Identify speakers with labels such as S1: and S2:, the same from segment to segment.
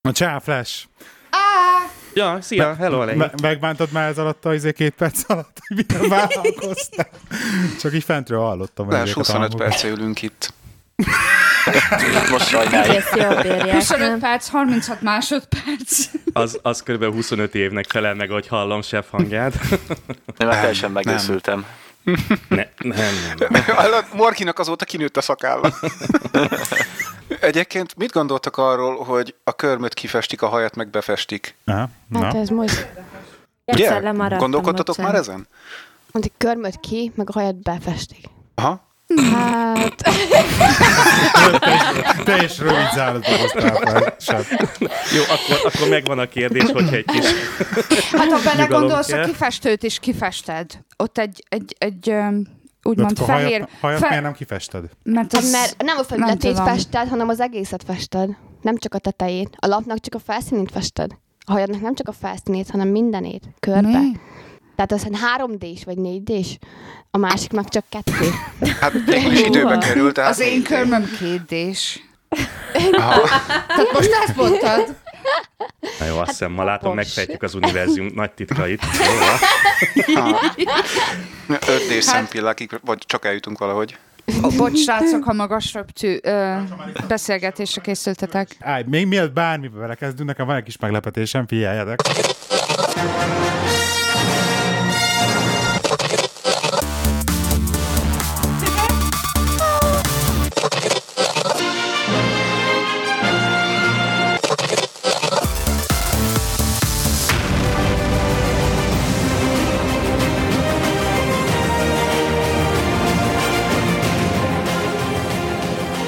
S1: A csáflás.
S2: Ja, szia, hello Alej.
S1: Me- megbántad már ez alatt a izé két perc alatt, hogy milyen vállalkoztál. Csak így fentről hallottam.
S3: Lás,
S1: ezeket a
S3: 25
S1: hangokat.
S3: perce ülünk itt. Most sajnáljuk.
S4: Kész, jó bírják.
S5: 25 perc, 36 másodperc.
S2: Az, az kb. 25 évnek felel meg, hogy hallom sef hangját.
S6: Nem, már teljesen megőszültem.
S2: Ne, nem, nem.
S3: Hallod, Morkinak azóta kinőtt a szakálla. Egyébként mit gondoltak arról, hogy a körmöt kifestik, a hajat meg befestik?
S1: Aha, na.
S4: Hát ez most... Egyszer lemaradtam.
S3: Gondolkodtatok
S4: bocsánat.
S3: már ezen?
S7: Mondjuk körmöd ki, meg a hajad befestik.
S3: Aha.
S7: Hát,
S1: Te is rövid zálatba hoztál fel. Sef.
S2: Jó, akkor, akkor megvan a kérdés, hogyha egy kis...
S5: Hát ha belegondolsz,
S2: kell.
S5: a kifestőt is kifested. Ott egy, egy, egy öm, úgymond
S1: Mert a hajat,
S5: fehér...
S1: hajat
S5: fe-
S1: miért nem kifested?
S5: Mert
S7: hát
S5: az...
S7: mert nem a
S5: nem
S7: felületét
S5: tudom.
S7: fested, hanem az egészet fested. Nem csak a tetejét. A lapnak csak a felszínét fested. A hajadnak nem csak a felszínét, hanem mindenét. Körbe.
S5: Mi?
S7: Tehát az 3D-s vagy 4D-s. A másik meg csak kettő.
S3: Hát végül is időbe került. Tehát
S5: Az én
S3: négy év.
S5: körmöm kérdés.
S3: Aha.
S5: Tehát most ezt mondtad?
S2: Na jó, azt hiszem, ma látom,
S7: bocs.
S2: megfejtjük az univerzum nagy titkait. Jó, van.
S3: 5D szempillákig, vagy csak eljutunk valahogy.
S5: Bocs, srácok, ha magas röptű ö, beszélgetésre készültetek.
S1: Állj, még mielőtt bármibe belekezdünk, nekem van egy kis meglepetésem, figyeljetek.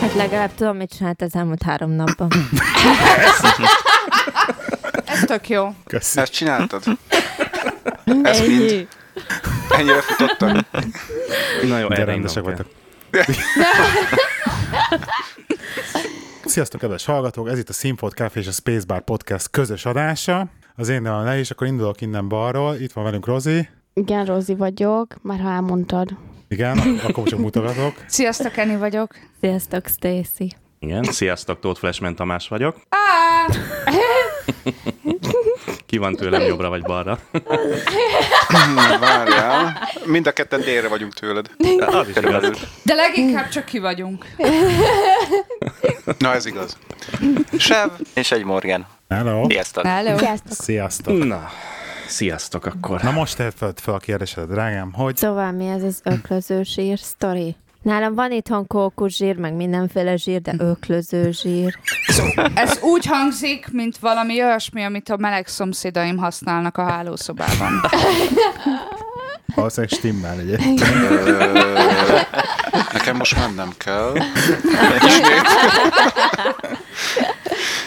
S4: Hát legalább tudom, mit csinált az elmúlt három napban.
S5: Ez tök jó.
S1: Köszi.
S3: Ezt csináltad? Ez mind? Ennyire futottak?
S2: Na jó,
S1: De
S2: erre
S1: rendesek
S2: vagyok.
S1: voltak. Sziasztok, kedves hallgatók! Ez itt a Színfolt Café és a Spacebar Podcast közös adása. Az én nevam le is, akkor indulok innen balról. Itt van velünk Rozi.
S7: Igen, Rózi vagyok, már ha elmondtad.
S1: Igen, ak- akkor csak mutogatok.
S5: Sziasztok, Eni vagyok.
S4: Sziasztok, Stacy.
S2: Igen, sziasztok, Tóth Flashman Tamás vagyok. Ki van tőlem jobbra vagy balra?
S3: Na, Hm, Várjál. Mind a ketten délre vagyunk tőled.
S2: Az is igaz.
S5: De leginkább csak ki vagyunk.
S3: Na, ez igaz. Sev,
S6: És egy Morgan.
S1: Hello.
S6: Sziasztok.
S5: Hello.
S7: Sziasztok.
S1: Sziasztok.
S2: Na, sziasztok akkor.
S1: Na most tedd fel, fel a kérdésedet, drágám, hogy
S4: Szóval mi ez az öklöző zsír sztori? Nálam van itthon kókusz zsír, meg mindenféle zsír, de öklöző zsír.
S5: Ez úgy hangzik, mint valami olyasmi, amit a meleg szomszédaim használnak a hálószobában.
S1: valószínűleg stimmel egyébként.
S3: Nekem most mennem kell.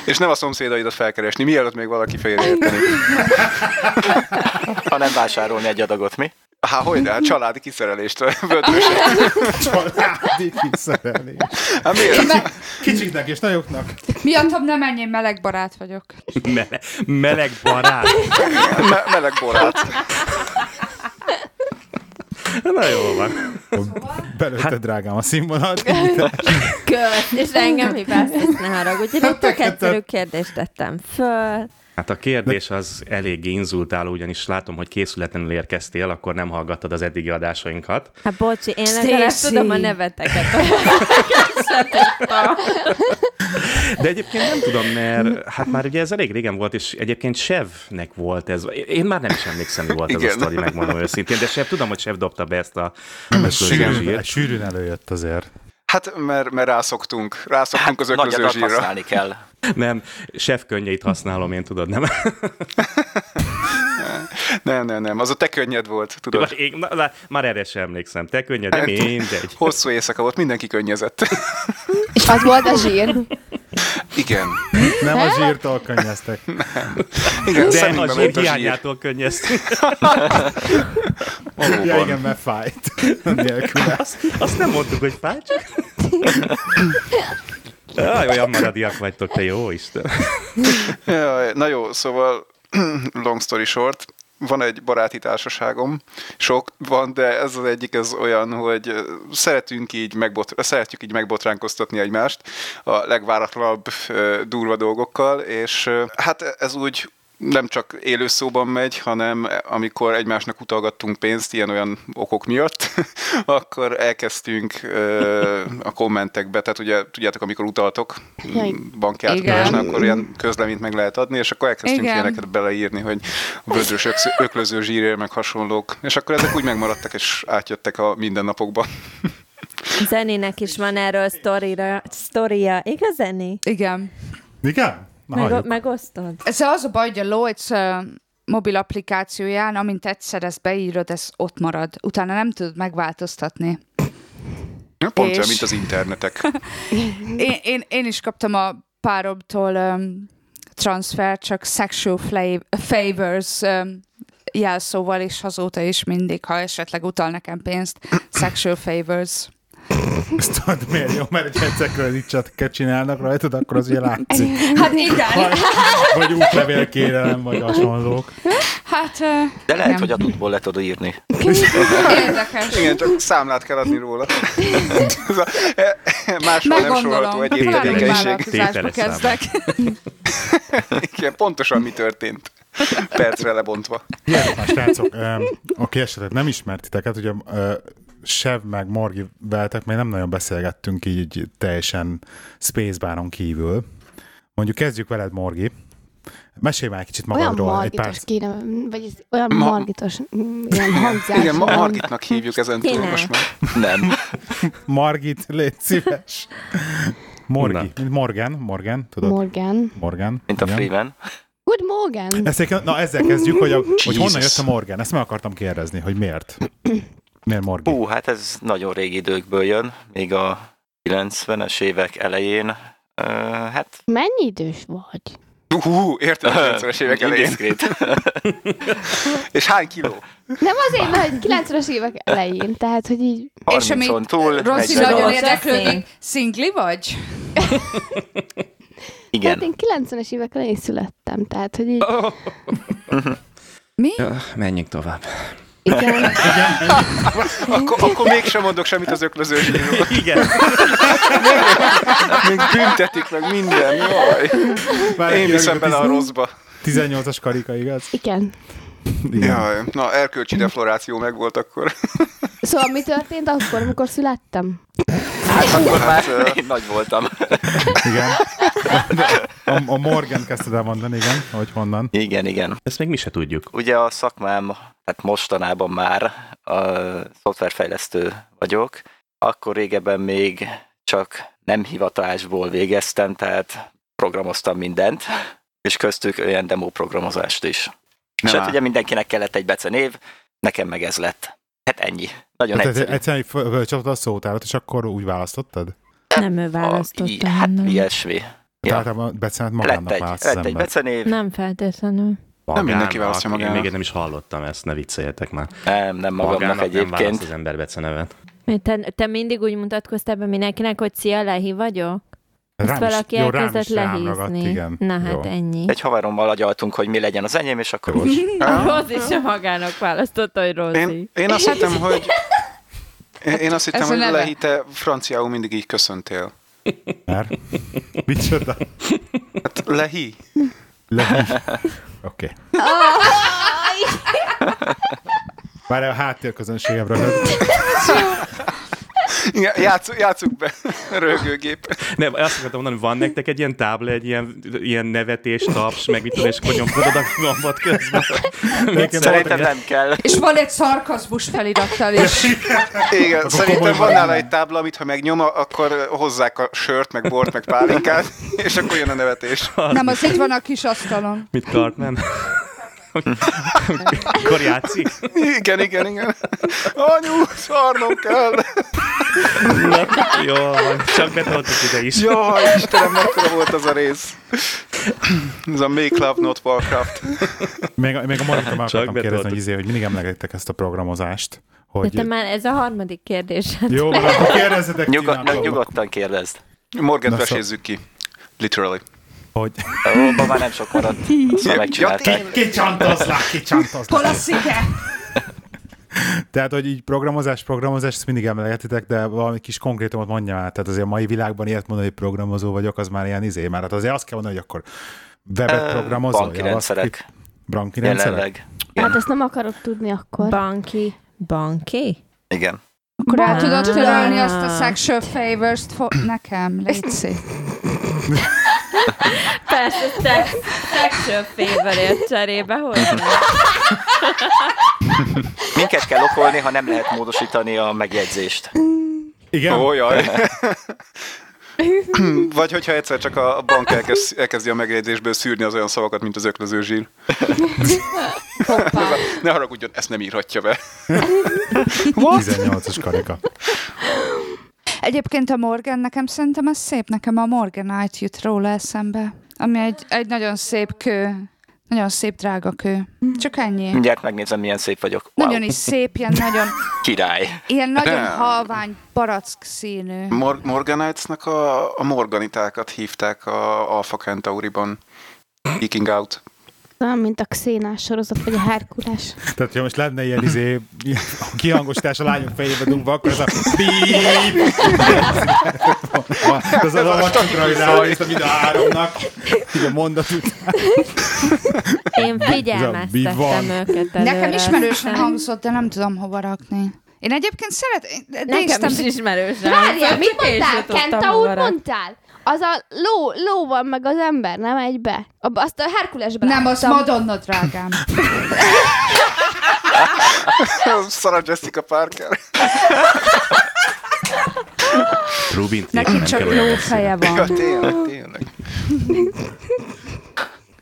S3: És nem a szomszédaidat felkeresni, mielőtt még valaki félreérteni.
S6: Ha nem vásárolni egy adagot, mi?
S3: Há, hogy de, hát családi kiszerelést vödrösen.
S1: Családi kiszerelés.
S3: Hát miért?
S1: Kicsiknek és nagyoknak.
S5: Miattam nem ennyi meleg barát vagyok.
S2: Mele- meleg barát.
S3: Me- meleg borát.
S2: Na jó van.
S1: Belőtte, drágám, a színvonalat.
S4: Kösz, és engem hibáztatsz, ne haragudj. Én egy tök egyszerű kérdést tettem föl.
S2: Hát a kérdés az eléggé inzultáló, ugyanis látom, hogy készületlenül érkeztél, akkor nem hallgattad az eddigi adásainkat.
S4: Hát bocsi, én legalább
S5: Stacy.
S4: tudom a neveteket.
S2: De egyébként nem tudom, mert hát már ugye ez elég régen volt, és egyébként Sevnek volt ez. Én már nem is emlékszem, mi volt ez a
S3: Igen.
S2: sztori, megmondom őszintén, de Sev, tudom, hogy Sev dobta be ezt a
S1: Sűrűn,
S2: mesőzsírt.
S1: sűrűn előjött azért.
S3: Hát mert, mert rászoktunk. Rászoktunk az
S6: Nagy adat
S3: ökrözőzsíra.
S6: használni kell.
S2: Nem, Sev könnyeit használom, én tudod, nem?
S3: Nem, nem, nem. Az a te könnyed volt, tudod.
S2: Én, na, lá, már erre sem emlékszem. Te könnyed, de mindegy.
S3: Hosszú éjszaka volt, mindenki könnyezett.
S7: És az volt a zsír.
S3: Igen.
S1: Nem a zsírtól könnyeztek.
S3: Igen,
S2: De
S3: szemünkbe
S2: a
S3: ment
S2: zsír
S3: a zsír.
S2: hiányától könnyeztünk.
S1: Ja,
S3: Valóban.
S1: igen, mert fájt. Nélküle.
S2: Azt, azt nem mondtuk, hogy fáj, csak... Aj, olyan maradiak vagytok, te jó Isten.
S3: Jaj, na jó, szóval long story short, van egy baráti társaságom, sok van, de ez az egyik ez olyan, hogy szeretünk így megbot, szeretjük így megbotránkoztatni egymást a legváratlanabb ö, durva dolgokkal, és ö, hát ez úgy nem csak élő szóban megy, hanem e, amikor egymásnak utalgattunk pénzt ilyen-olyan okok miatt, akkor elkezdtünk ö, a kommentekbe, tehát ugye tudjátok, amikor utaltok
S7: Jaj.
S3: banki
S5: Igen.
S3: átkötésnek, akkor ilyen közleményt meg lehet adni, és akkor elkezdtünk
S5: Igen.
S3: Igen. ilyeneket beleírni, hogy a vödrös öksz- öklöző zsírér, meg hasonlók, és akkor ezek úgy megmaradtak, és átjöttek a mindennapokba.
S4: Zeninek is van erről sztorira, sztoria. Igaz, Zeni?
S5: Igen.
S1: Igen? Na,
S4: Meg,
S1: halljuk.
S4: megosztod?
S5: Ez az a baj, hogy a Lloyds ö, mobil applikációján, amint egyszer ezt beírod, ez ott marad. Utána nem tudod megváltoztatni.
S3: Ja, Pont
S5: És-
S3: olyan, mint az internetek.
S5: Én, én, én is kaptam a páromtól um, transfer, csak sexual flav- favors um, jelszóval, és azóta is mindig, ha esetleg utal nekem pénzt, sexual favors.
S1: Ezt tudod, miért jó, mert egy egyszerkörözítset csinálnak rajtad, akkor az ugye látszik.
S5: Hát igen,
S1: Vagy, vagy útlevélkérelem, vagy hasonlók.
S5: hát ö,
S6: De lehet,
S5: Nem.
S6: nem. hogy a tudból le tudod írni.
S5: érdekes.
S3: Igen, csak számlát kell adni róla. Ez a- e- e- Máshol nem sorolható
S5: Meggondolom, Hát
S3: egy
S5: pláne
S3: értékeléség.
S5: vállalkozásba
S2: Tételes
S5: kezdek.
S3: Igen, pontosan mi történt. Percre lebontva.
S1: Hihetetlen, srácok, öm, aki esetleg nem ismert titeket, ugye ö, Sev meg Morgi veletek még nem nagyon beszélgettünk így, így teljesen Spacebáron kívül. Mondjuk kezdjük veled, Morgi. Mesélj már egy kicsit
S7: Olyan
S1: magadról. Egy pár...
S7: margitos kéne, vagy ez olyan
S3: Ma-
S7: margitos mm, ilyen hangzás.
S3: Igen, ma
S7: van.
S3: Margitnak hívjuk ezen túl
S4: Tényleg.
S3: most már.
S6: Nem.
S1: Margit, légy szíves. Morgi,
S2: Na.
S1: mint Morgan, Morgan, tudod?
S7: Morgan.
S1: Morgan.
S6: Mint a
S1: igen.
S6: Freeman.
S7: Good Morgan.
S1: Ezt, egy- na, ezzel kezdjük, hogy, a, hogy honnan
S3: Jesus.
S1: jött a Morgan. Ezt meg akartam kérdezni, hogy miért. Miért Morgi?
S6: Hú, hát ez nagyon régi időkből jön, még a 90-es évek elején. Uh, hát
S7: Mennyi idős vagy?
S3: Hú, érted a 90-es évek elején.
S6: indiszkrét.
S3: És hány kiló?
S7: Nem azért, mert 90-es évek elején, tehát, hogy így
S6: 30-on túl,
S5: Rossi
S6: 40
S5: nagyon
S6: alatt.
S5: érdeklődik. Szingli vagy?
S7: hát
S6: Igen.
S7: én 90-es évek elején születtem, tehát, hogy így,
S5: Mi?
S2: Menjünk tovább.
S7: igen,
S3: Akkor, akkor mégsem mondok semmit az öklöző zsíról.
S2: Igen.
S3: Még büntetik meg minden. Jaj.
S1: Már
S3: Én viszem bele a rosszba.
S1: 18-as karika, igaz?
S7: igen.
S1: Igen.
S3: Jaj, na erkölcsi defloráció megvolt akkor.
S7: Szóval mi történt akkor, amikor születtem?
S6: Akkor
S5: hát
S6: már én nagy voltam.
S1: Igen. A, a Morgan kezdted el mondani, igen, hogy honnan.
S6: Igen, igen.
S2: Ezt még mi se tudjuk.
S6: Ugye a szakmám, tehát mostanában már a szoftverfejlesztő vagyok. Akkor régebben még csak nem hivatásból végeztem, tehát programoztam mindent, és köztük olyan demo programozást is. És hát
S3: áll.
S6: ugye mindenkinek kellett egy becenév, nekem meg ez lett. Hát ennyi. Nagyon
S1: Tehát
S6: egyszerű.
S1: egyszerűen föl- fölcsaptad a szótárat, és akkor úgy választottad?
S4: Nem ő
S6: A- i-
S4: választotta.
S6: hát
S4: hanem.
S6: ilyesmi.
S1: Ja.
S6: Ja.
S1: Tehát a becenet
S6: Lett
S1: magának
S6: egy,
S1: választ az
S6: lett egy
S1: ember.
S6: becenév.
S4: Nem feltétlenül.
S2: Magának.
S3: mindenki választja
S2: Én
S3: magának.
S2: még nem is hallottam ezt, ne vicceljetek már.
S6: Nem, nem magamnak
S2: nem választ
S6: egyébként.
S2: az ember becenevet.
S4: Mert Te, te mindig úgy mutatkoztál be mindenkinek, hogy szia, Lehi vagyok? Ezt
S1: Rám is-
S4: valaki
S1: jó, rám
S4: elkezdett
S1: is rámragadt,
S4: lehízni.
S1: igen.
S4: Na
S1: Jó.
S4: hát ennyi.
S6: Egy haverommal agyaltunk, hogy mi legyen az enyém, és akkor úgy.
S4: A Rozi sem magának választotta, hogy Rozi.
S3: Én, én azt hittem, hogy... Én, én azt hittem,
S5: Hát Ez a
S3: hogy
S5: neve.
S3: Lehite franciául mindig így köszöntél.
S1: Mert? Micsoda?
S3: Hát Lehi.
S1: Le- Oké. Okay. Már a háttérközönségem röhög.
S3: Igen, játsz, játsszuk be. Rögőgép.
S2: Nem, azt akartam mondani, van nektek egy ilyen tábla, egy ilyen, ilyen nevetés, taps, meg mit tudom, és konyomkodod a gombot közben. Mit
S6: Szerintem nem kell.
S5: És van egy szarkazmus felirattal is.
S3: Igen, szerintem
S1: komoly
S3: van
S1: vagy.
S3: nála egy tábla, amit ha megnyoma, akkor hozzák a sört, meg bort, meg pálinkát, és akkor jön a nevetés.
S5: Nem, az itt van a kis asztalon.
S2: Mit tart, nem? Akkor játszik?
S3: Igen, igen, igen. Anyu, szarnom kell.
S2: Na, jó, van. csak betoltuk ide is.
S3: Jaj, Istenem, mekkora volt az a rész. Ez a Make Love Not Warcraft.
S1: Még, a- még a Marika meg akartam
S2: betoltuk.
S1: kérdezni, hogy, izé, hogy mindig emlegettek ezt a programozást.
S4: De
S1: Hogy...
S4: te már ez a harmadik kérdés.
S1: Jó, van, akkor kérdezzetek
S6: Nyugod,
S1: Tináktól.
S6: nyugodtan kérdezd.
S3: Morgan
S1: Na, szó-
S3: vesézzük ki. Literally.
S1: hogy
S6: Abban már nem sok maradt, azt már megcsinálták.
S3: tényleg.
S1: kicsantozlak, kicsantozlak.
S5: Hol a szike?
S1: Tehát, hogy így programozás, programozás, ezt mindig emlegetitek, de valami kis konkrétumot mondjam át. Tehát azért a mai világban ilyet mondani, hogy programozó vagyok, az már ilyen izé már. Hát azért azt kell mondani, hogy akkor webet
S6: Ö,
S1: programozó.
S6: banki rendszerek.
S1: Banki rendszerek?
S6: Jelenleg.
S7: Hát ezt nem akarod tudni akkor.
S4: Banki. Banki?
S6: Igen.
S5: Akkor el tudod
S4: Bánat.
S5: törölni azt a sexual favors-t fo- nekem, Léci.
S4: Persze, szex, sexual favorért cserébe hozni.
S6: Minket kell okolni, ha nem lehet módosítani a megjegyzést.
S1: Igen?
S3: Ó, jaj. Vagy hogyha egyszer csak a a bank elkezd, elkezdi a megjegyzésből szűrni az olyan szavakat, mint az öklöző zsír.
S5: Hoppá.
S3: Ne haragudjon, ezt nem írhatja be.
S1: 18-as karika.
S5: Egyébként a Morgan, nekem szerintem az szép, nekem a Morganite jut róla eszembe, ami egy, egy nagyon szép kő, nagyon szép drága kő. Csak ennyi.
S6: Mindjárt megnézem, milyen szép vagyok. Wow,
S5: Nagyon is szép, ilyen nagyon,
S6: király.
S5: ilyen nagyon
S3: Damn.
S5: halvány barack színű.
S3: Mor- Morganites-nak a, a morganitákat hívták a Alpha Centauriban. Geeking out.
S7: Nem, mint a Xénás sorozat, vagy a Herkules.
S1: Tehát, ha most lenne ilyen izé, ilyen kihangosítás a lányok fejébe dugva, akkor ez a píp. Ez az a vacsakra, hogy ránéz a mind a háromnak. Így a mondat után.
S4: Én
S1: Ez a
S4: figyelmeztettem
S1: mi
S4: őket előre.
S5: Nekem ismerősen
S4: aztán-
S5: hangzott, de nem tudom hova rakni. Én egyébként szeret... én
S4: Nekem
S5: néztem-
S4: is ismerősen.
S7: Várjál,
S4: hangzott,
S7: mit
S4: csak én se
S7: mondtál?
S4: tudtam
S7: Kenta úr
S4: hamarabb.
S7: mondtál? Az a ló, ló van meg az ember, nem egybe. Abba- Azt a Herkulesbe
S5: Nem, az
S7: láttam.
S5: Madonna, drágám.
S3: Sarah Jessica Parker.
S2: Rubint
S5: Neki csak jó feje
S3: Ja,
S5: van.
S3: tényleg, tényleg.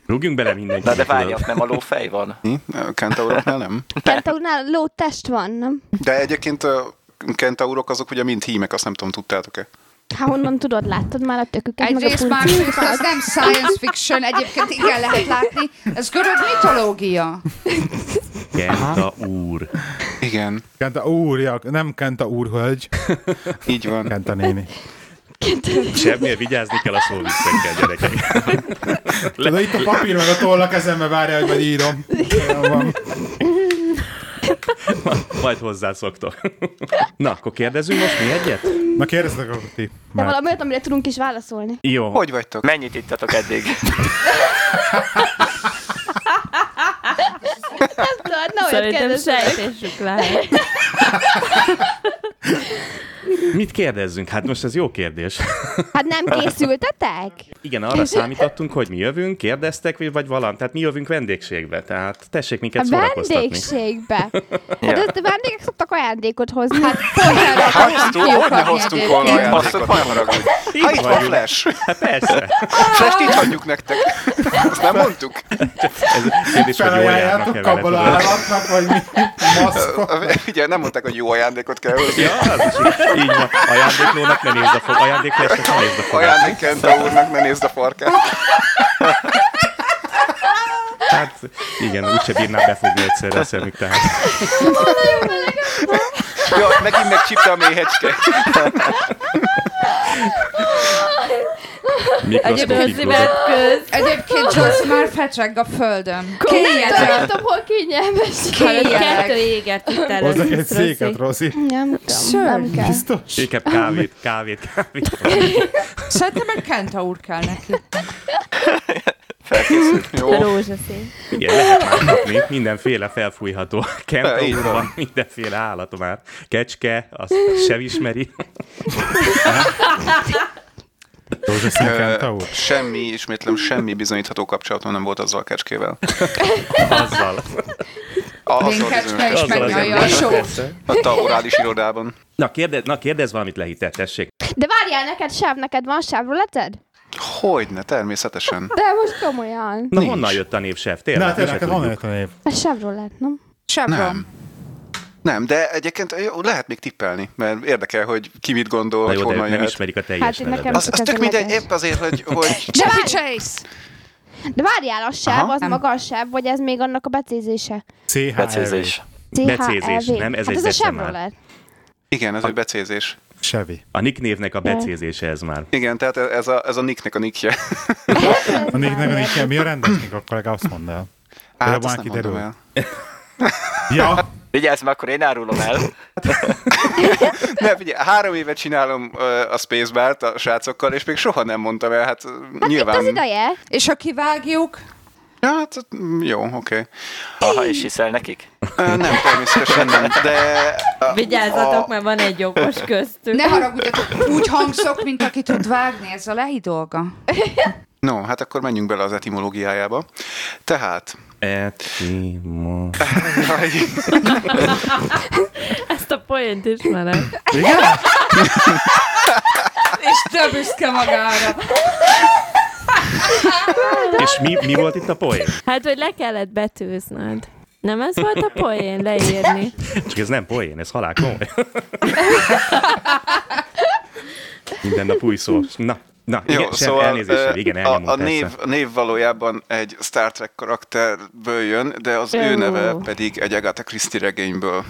S2: Rúgjunk bele mindenki.
S6: Na de várjak, nem a lófej van?
S3: Mi? A Kentauroknál nem.
S7: Kentaurnál ló test van, nem?
S3: De egyébként a kentaurok azok ugye mind hímek, azt nem tudom, tudtátok-e?
S7: Há, Hát honnan tudod, láttad már a töküket, meg a
S5: Egyrészt
S7: pulcjukat?
S5: másrészt az nem science fiction, egyébként igen lehet látni. Ez görög mitológia.
S2: Kenta úr.
S3: Igen,
S1: Kenta úr, ja, nem Kenta úr hölgy,
S3: így van.
S1: Kenta néni.
S2: Semmiért vigyázni kell a szó visszakkel, gyerekek.
S1: De itt a papír meg a toll a kezembe várja, hogy majd írom. Olyan van.
S2: Majd hozzászoktok. Na, akkor kérdezünk most mi egyet?
S1: Na kérdezzetek akkor ti.
S7: De
S1: Mert
S7: valami olyat, amire tudunk is válaszolni.
S2: Jó.
S3: Hogy vagytok?
S6: Mennyit ittatok eddig?
S7: Tudod, na olyat
S4: Szerintem
S7: kérdezzük.
S4: sejtésük lehet.
S2: Mit kérdezzünk? Hát most ez jó kérdés.
S7: Hát nem készültetek?
S2: Igen, arra számítottunk, hogy mi jövünk, kérdeztek, vagy- vagy valami. Tehát mi jövünk vendégségbe. Tehát tessék minket
S7: A
S2: szórakoztatni.
S7: vendégségbe.
S6: Ja.
S7: Hát ezt a vendégek szoktak ajándékot hozni. Hát
S3: Hoztunk, hogy ne hoztunk volna ajándékot, ne haragudj. Ha itt van
S2: vagyunk.
S3: Flash.
S2: Hát persze.
S3: Flash-t így hagyjuk nektek. Azt nem mondtuk.
S2: Ez kérdés, hogy jól járnak
S1: felajánljátok
S2: -e vele,
S1: abban a
S2: tudod?
S1: állatnak, vagy mi? Maszkot.
S3: Ugye nem mondták, hogy jó ajándékot kell hozni.
S2: Ja, az is így- így van. Ajándéklónak ne nézd a fog, ajándéklónak ne nézd a fogát.
S3: Ajándék Kenta úrnak, ne nézd a farkát.
S2: Hát igen, úgyse bírnám befogni egyszerre a szemük, tehát
S3: Ja, megint megcsipte a méhecske.
S2: mikroszkopig mozog.
S4: köz.
S5: Egyébként Joyce már fecseg a földön.
S7: nem
S5: Kéjedre.
S7: tudom, hol kényelmes.
S4: Kettő éget itt
S1: Hozzá egy
S4: előtt.
S1: széket, Rozi.
S7: Nem tudom, nem kell.
S1: Biztos?
S2: Inkább kávét, kávét, kávét.
S5: Szerintem egy Kenta úr kell neki.
S3: Jó,
S4: Rózsaszín.
S2: Igen, lehet már kapni, mindenféle felfújható.
S3: Ja, így
S2: Kentaur
S3: van.
S2: van, mindenféle állatom már. Kecske, azt sem ismeri.
S1: Rózsaszín
S3: Ö,
S1: Kenta úr.
S3: semmi, ismétlem, semmi bizonyítható kapcsolatom nem volt azzal a kecskével.
S2: Azzal.
S3: A,
S5: Én
S3: azzal bizonyos
S5: kecske is
S2: Azzal az
S5: megnyalja a
S2: ember.
S5: sót.
S3: A taurális irodában.
S2: Na, kérdez, na, kérdez valamit lehitett, tessék.
S7: De várjál, neked sáv, neked van sávruleted?
S3: Hogyne, természetesen.
S7: De most komolyan.
S2: Na,
S3: Nincs.
S2: honnan jött a névsef?
S1: Na,
S2: Tényleg,
S1: hát
S2: mi se
S1: ennek honnan
S2: tudjuk.
S1: jött a név?
S7: A sávrulet, nem?
S5: Chevron.
S3: Nem, de egyébként jó, lehet még tippelni, mert érdekel, hogy ki mit gondol,
S2: Na
S3: hogy
S2: jó, de
S3: honnan
S2: ők nem
S3: jöhet.
S2: ismerik a
S7: Hát
S2: teljes
S7: én
S2: nevedet.
S7: nekem
S3: Az, az
S7: csak
S3: tök
S7: ez
S3: mindegy,
S7: mindegy.
S3: épp azért, hogy, hogy
S5: Jeffy Chase.
S7: De várjál, a sáv
S3: Aha.
S7: az
S5: Nem.
S7: maga a sáv, vagy ez még annak a becézése?
S1: CHR.
S6: Becézés.
S7: CHLV.
S2: Becézés, nem? Ez
S7: hát
S2: egy
S7: ez a
S2: decemál.
S7: sávrulet.
S3: igen, ez egy becézés.
S1: Sevi.
S2: A nick névnek a becézése ez már.
S3: Igen, tehát ez a, ez a Nicknek a Nickje.
S1: A nick nem, a nick, mi a rendesnik, akkor legalább azt mondd el.
S3: Hát,
S1: Például már
S3: azt nem
S1: kiderül.
S3: mondom el.
S1: Ja,
S6: Vigyázz, mert akkor én árulom el.
S3: Ne, figyelj, három éve csinálom ö, a Spacebart a srácokkal, és még soha nem mondtam el, hát, hát
S7: Itt az
S3: nyilván.
S7: ideje.
S5: És ha kivágjuk,
S3: Ja, hát, mm, jó, oké. Okay.
S6: Aha, és hiszel nekik?
S3: Ö, Nem, természetesen nem, de... a-
S4: Vigyázzatok,
S3: a-
S4: mert van egy jogos köztük.
S5: ne haragudjatok, úgy hangzok, mint aki tud vágni, ez a lehi dolga.
S3: No, hát akkor menjünk bele az etimológiájába. Tehát... E-
S2: Etimo.
S4: Ezt a poént ismerem.
S5: És te büszke magára.
S2: És mi, mi volt itt a poén?
S4: Hát, hogy le kellett betűznöd. Nem ez volt a poén leírni?
S2: Csak ez nem poén, ez halál komoly. Minden nap új szó. Na, na, igen,
S3: Jó,
S2: sem, szóval, elnézést,
S3: ö,
S2: hogy igen,
S3: a, a,
S2: elnyomult
S3: név, a név valójában egy Star Trek karakterből jön, de az ő
S4: Ó.
S3: neve pedig egy Agatha Christie regényből.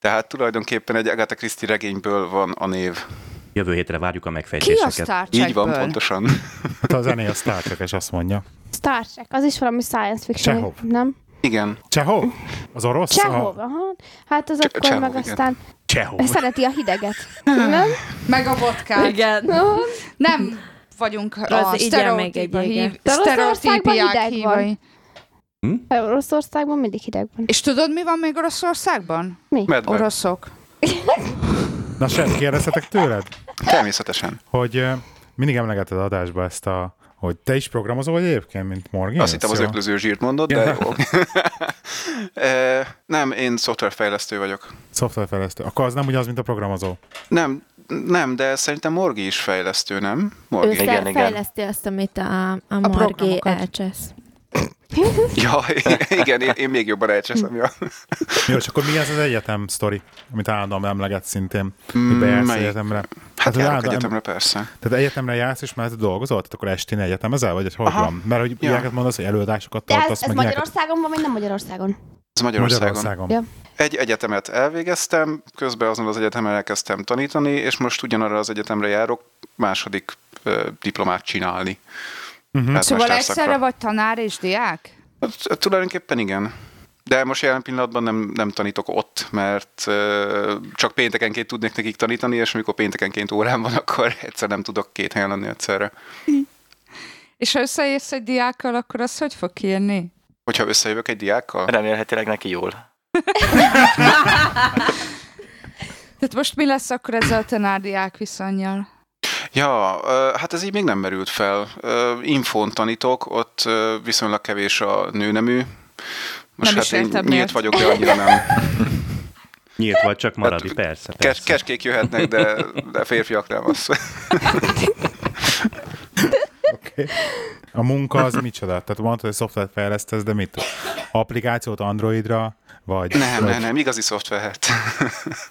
S3: Tehát tulajdonképpen egy Agatha Christie regényből van a név.
S2: Jövő hétre várjuk a
S5: Ki a
S2: megfejtéseket.
S5: Star
S3: Így van,
S5: Trekből?
S3: pontosan.
S1: hát a zené a Star Trek, és azt mondja.
S7: Star Trek, az is valami science fiction.
S1: Csehov.
S7: Nem?
S3: Igen.
S1: Csehov? Az orosz?
S7: Csehov,
S1: A...
S7: aha. Hát az akkor
S3: Csehov,
S7: meg
S3: igen.
S7: aztán
S2: Csehov.
S7: szereti a hideget. Nem?
S5: Meg a vodkát.
S4: Igen.
S7: No.
S5: Nem vagyunk a
S4: Az így el még
S5: sztereotípa
S4: egy
S5: hív,
S4: vége.
S7: De Oroszországban
S5: sztereotípiák
S7: hideg van.
S5: hívai.
S7: Oroszországban mindig hideg van.
S5: És tudod, mi van még Oroszországban?
S3: Medveg. Orosz.
S5: Oroszok.
S1: Na sem, kérdezhetek tőled,
S3: Természetesen.
S1: hogy ö, mindig emlegeted adásba ezt a hogy te is programozó vagy egyébként, mint Morgan?
S3: Azt hittem az
S1: Jó.
S3: öklöző zsírt mondod, de
S1: Ja.
S3: jó. Ö, nem, én szoftverfejlesztő vagyok.
S1: Szoftverfejlesztő. Akkor az nem ugyanaz, mint a programozó.
S3: Nem, nem, de szerintem Morgi is fejlesztő, nem?
S4: Ő
S3: Morgi.
S6: Igen,
S4: igen,
S6: igen.
S4: fejleszti azt, amit a, a, a Morgé
S5: programokat.
S4: elcsesz.
S3: Ja, igen, én, én még jobban elcseszem. Ja.
S1: Jó, és akkor mi ez az egyetem sztori, amit állandóan emleget szintén,
S3: Mm,
S1: hogy bejársz
S3: melyik?
S1: egyetemre? hogy
S3: Hát járok
S1: állandóan-
S3: egyetemre, persze.
S1: Tehát egyetemre jársz, és már dolgozol? Tehát akkor estén egyetemezel, vagy hogy hogy
S3: Aha.
S1: van? Mert hogy
S3: Ja.
S1: ilyeneket mondasz, hogy előadásokat
S7: De
S1: tartasz,
S7: ez, ez
S1: meg ilyeneket-
S7: Magyarországon van, vagy nem Magyarországon?
S3: Ez Magyarországon. Magyarországon.
S1: Magyarországon.
S7: Ja.
S3: Egy egyetemet elvégeztem, közben azon az egyetemen elkezdtem tanítani, és most ugyanarra az egyetemre járok második ö, diplomát csinálni. Uh-huh.
S5: Szóval egyszerre vagy tanár és diák?
S3: Hát, Tulajdonképpen igen. De most jelen pillanatban nem, nem tanítok ott, mert ö, csak péntekenként tudnék nekik tanítani, és amikor péntekenként órán van, akkor egyszer nem tudok két helyen lenni egyszerre.
S5: És ha összeérsz egy diákkal, akkor az hogy fog kijönni?
S3: Hogyha összejövök egy diákkal?
S6: Remélhetőleg neki jól.
S5: Tehát most mi lesz akkor ezzel a tanár-diák viszonyjal?
S3: Ja, ö, hát ez így még nem merült fel. Ö, Infón tanítok, ott ö, viszonylag kevés a nőnemű. Most
S5: Nem
S3: hát
S5: is
S3: én
S5: értem,
S3: nyílt
S5: miért.
S3: vagyok, de annyira nem.
S2: Nyílt vagy, csak maradi, persze,
S3: Kes,
S2: persze.
S3: keskék jöhetnek, de, de férfiak nem az.
S1: A munka az micsoda? Tehát mondtad, hogy szoftvert fejlesztesz, de mit? Applikációt Androidra, vagy...
S3: Nem,
S1: vagy...
S3: nem, nem, igazi szoftvert.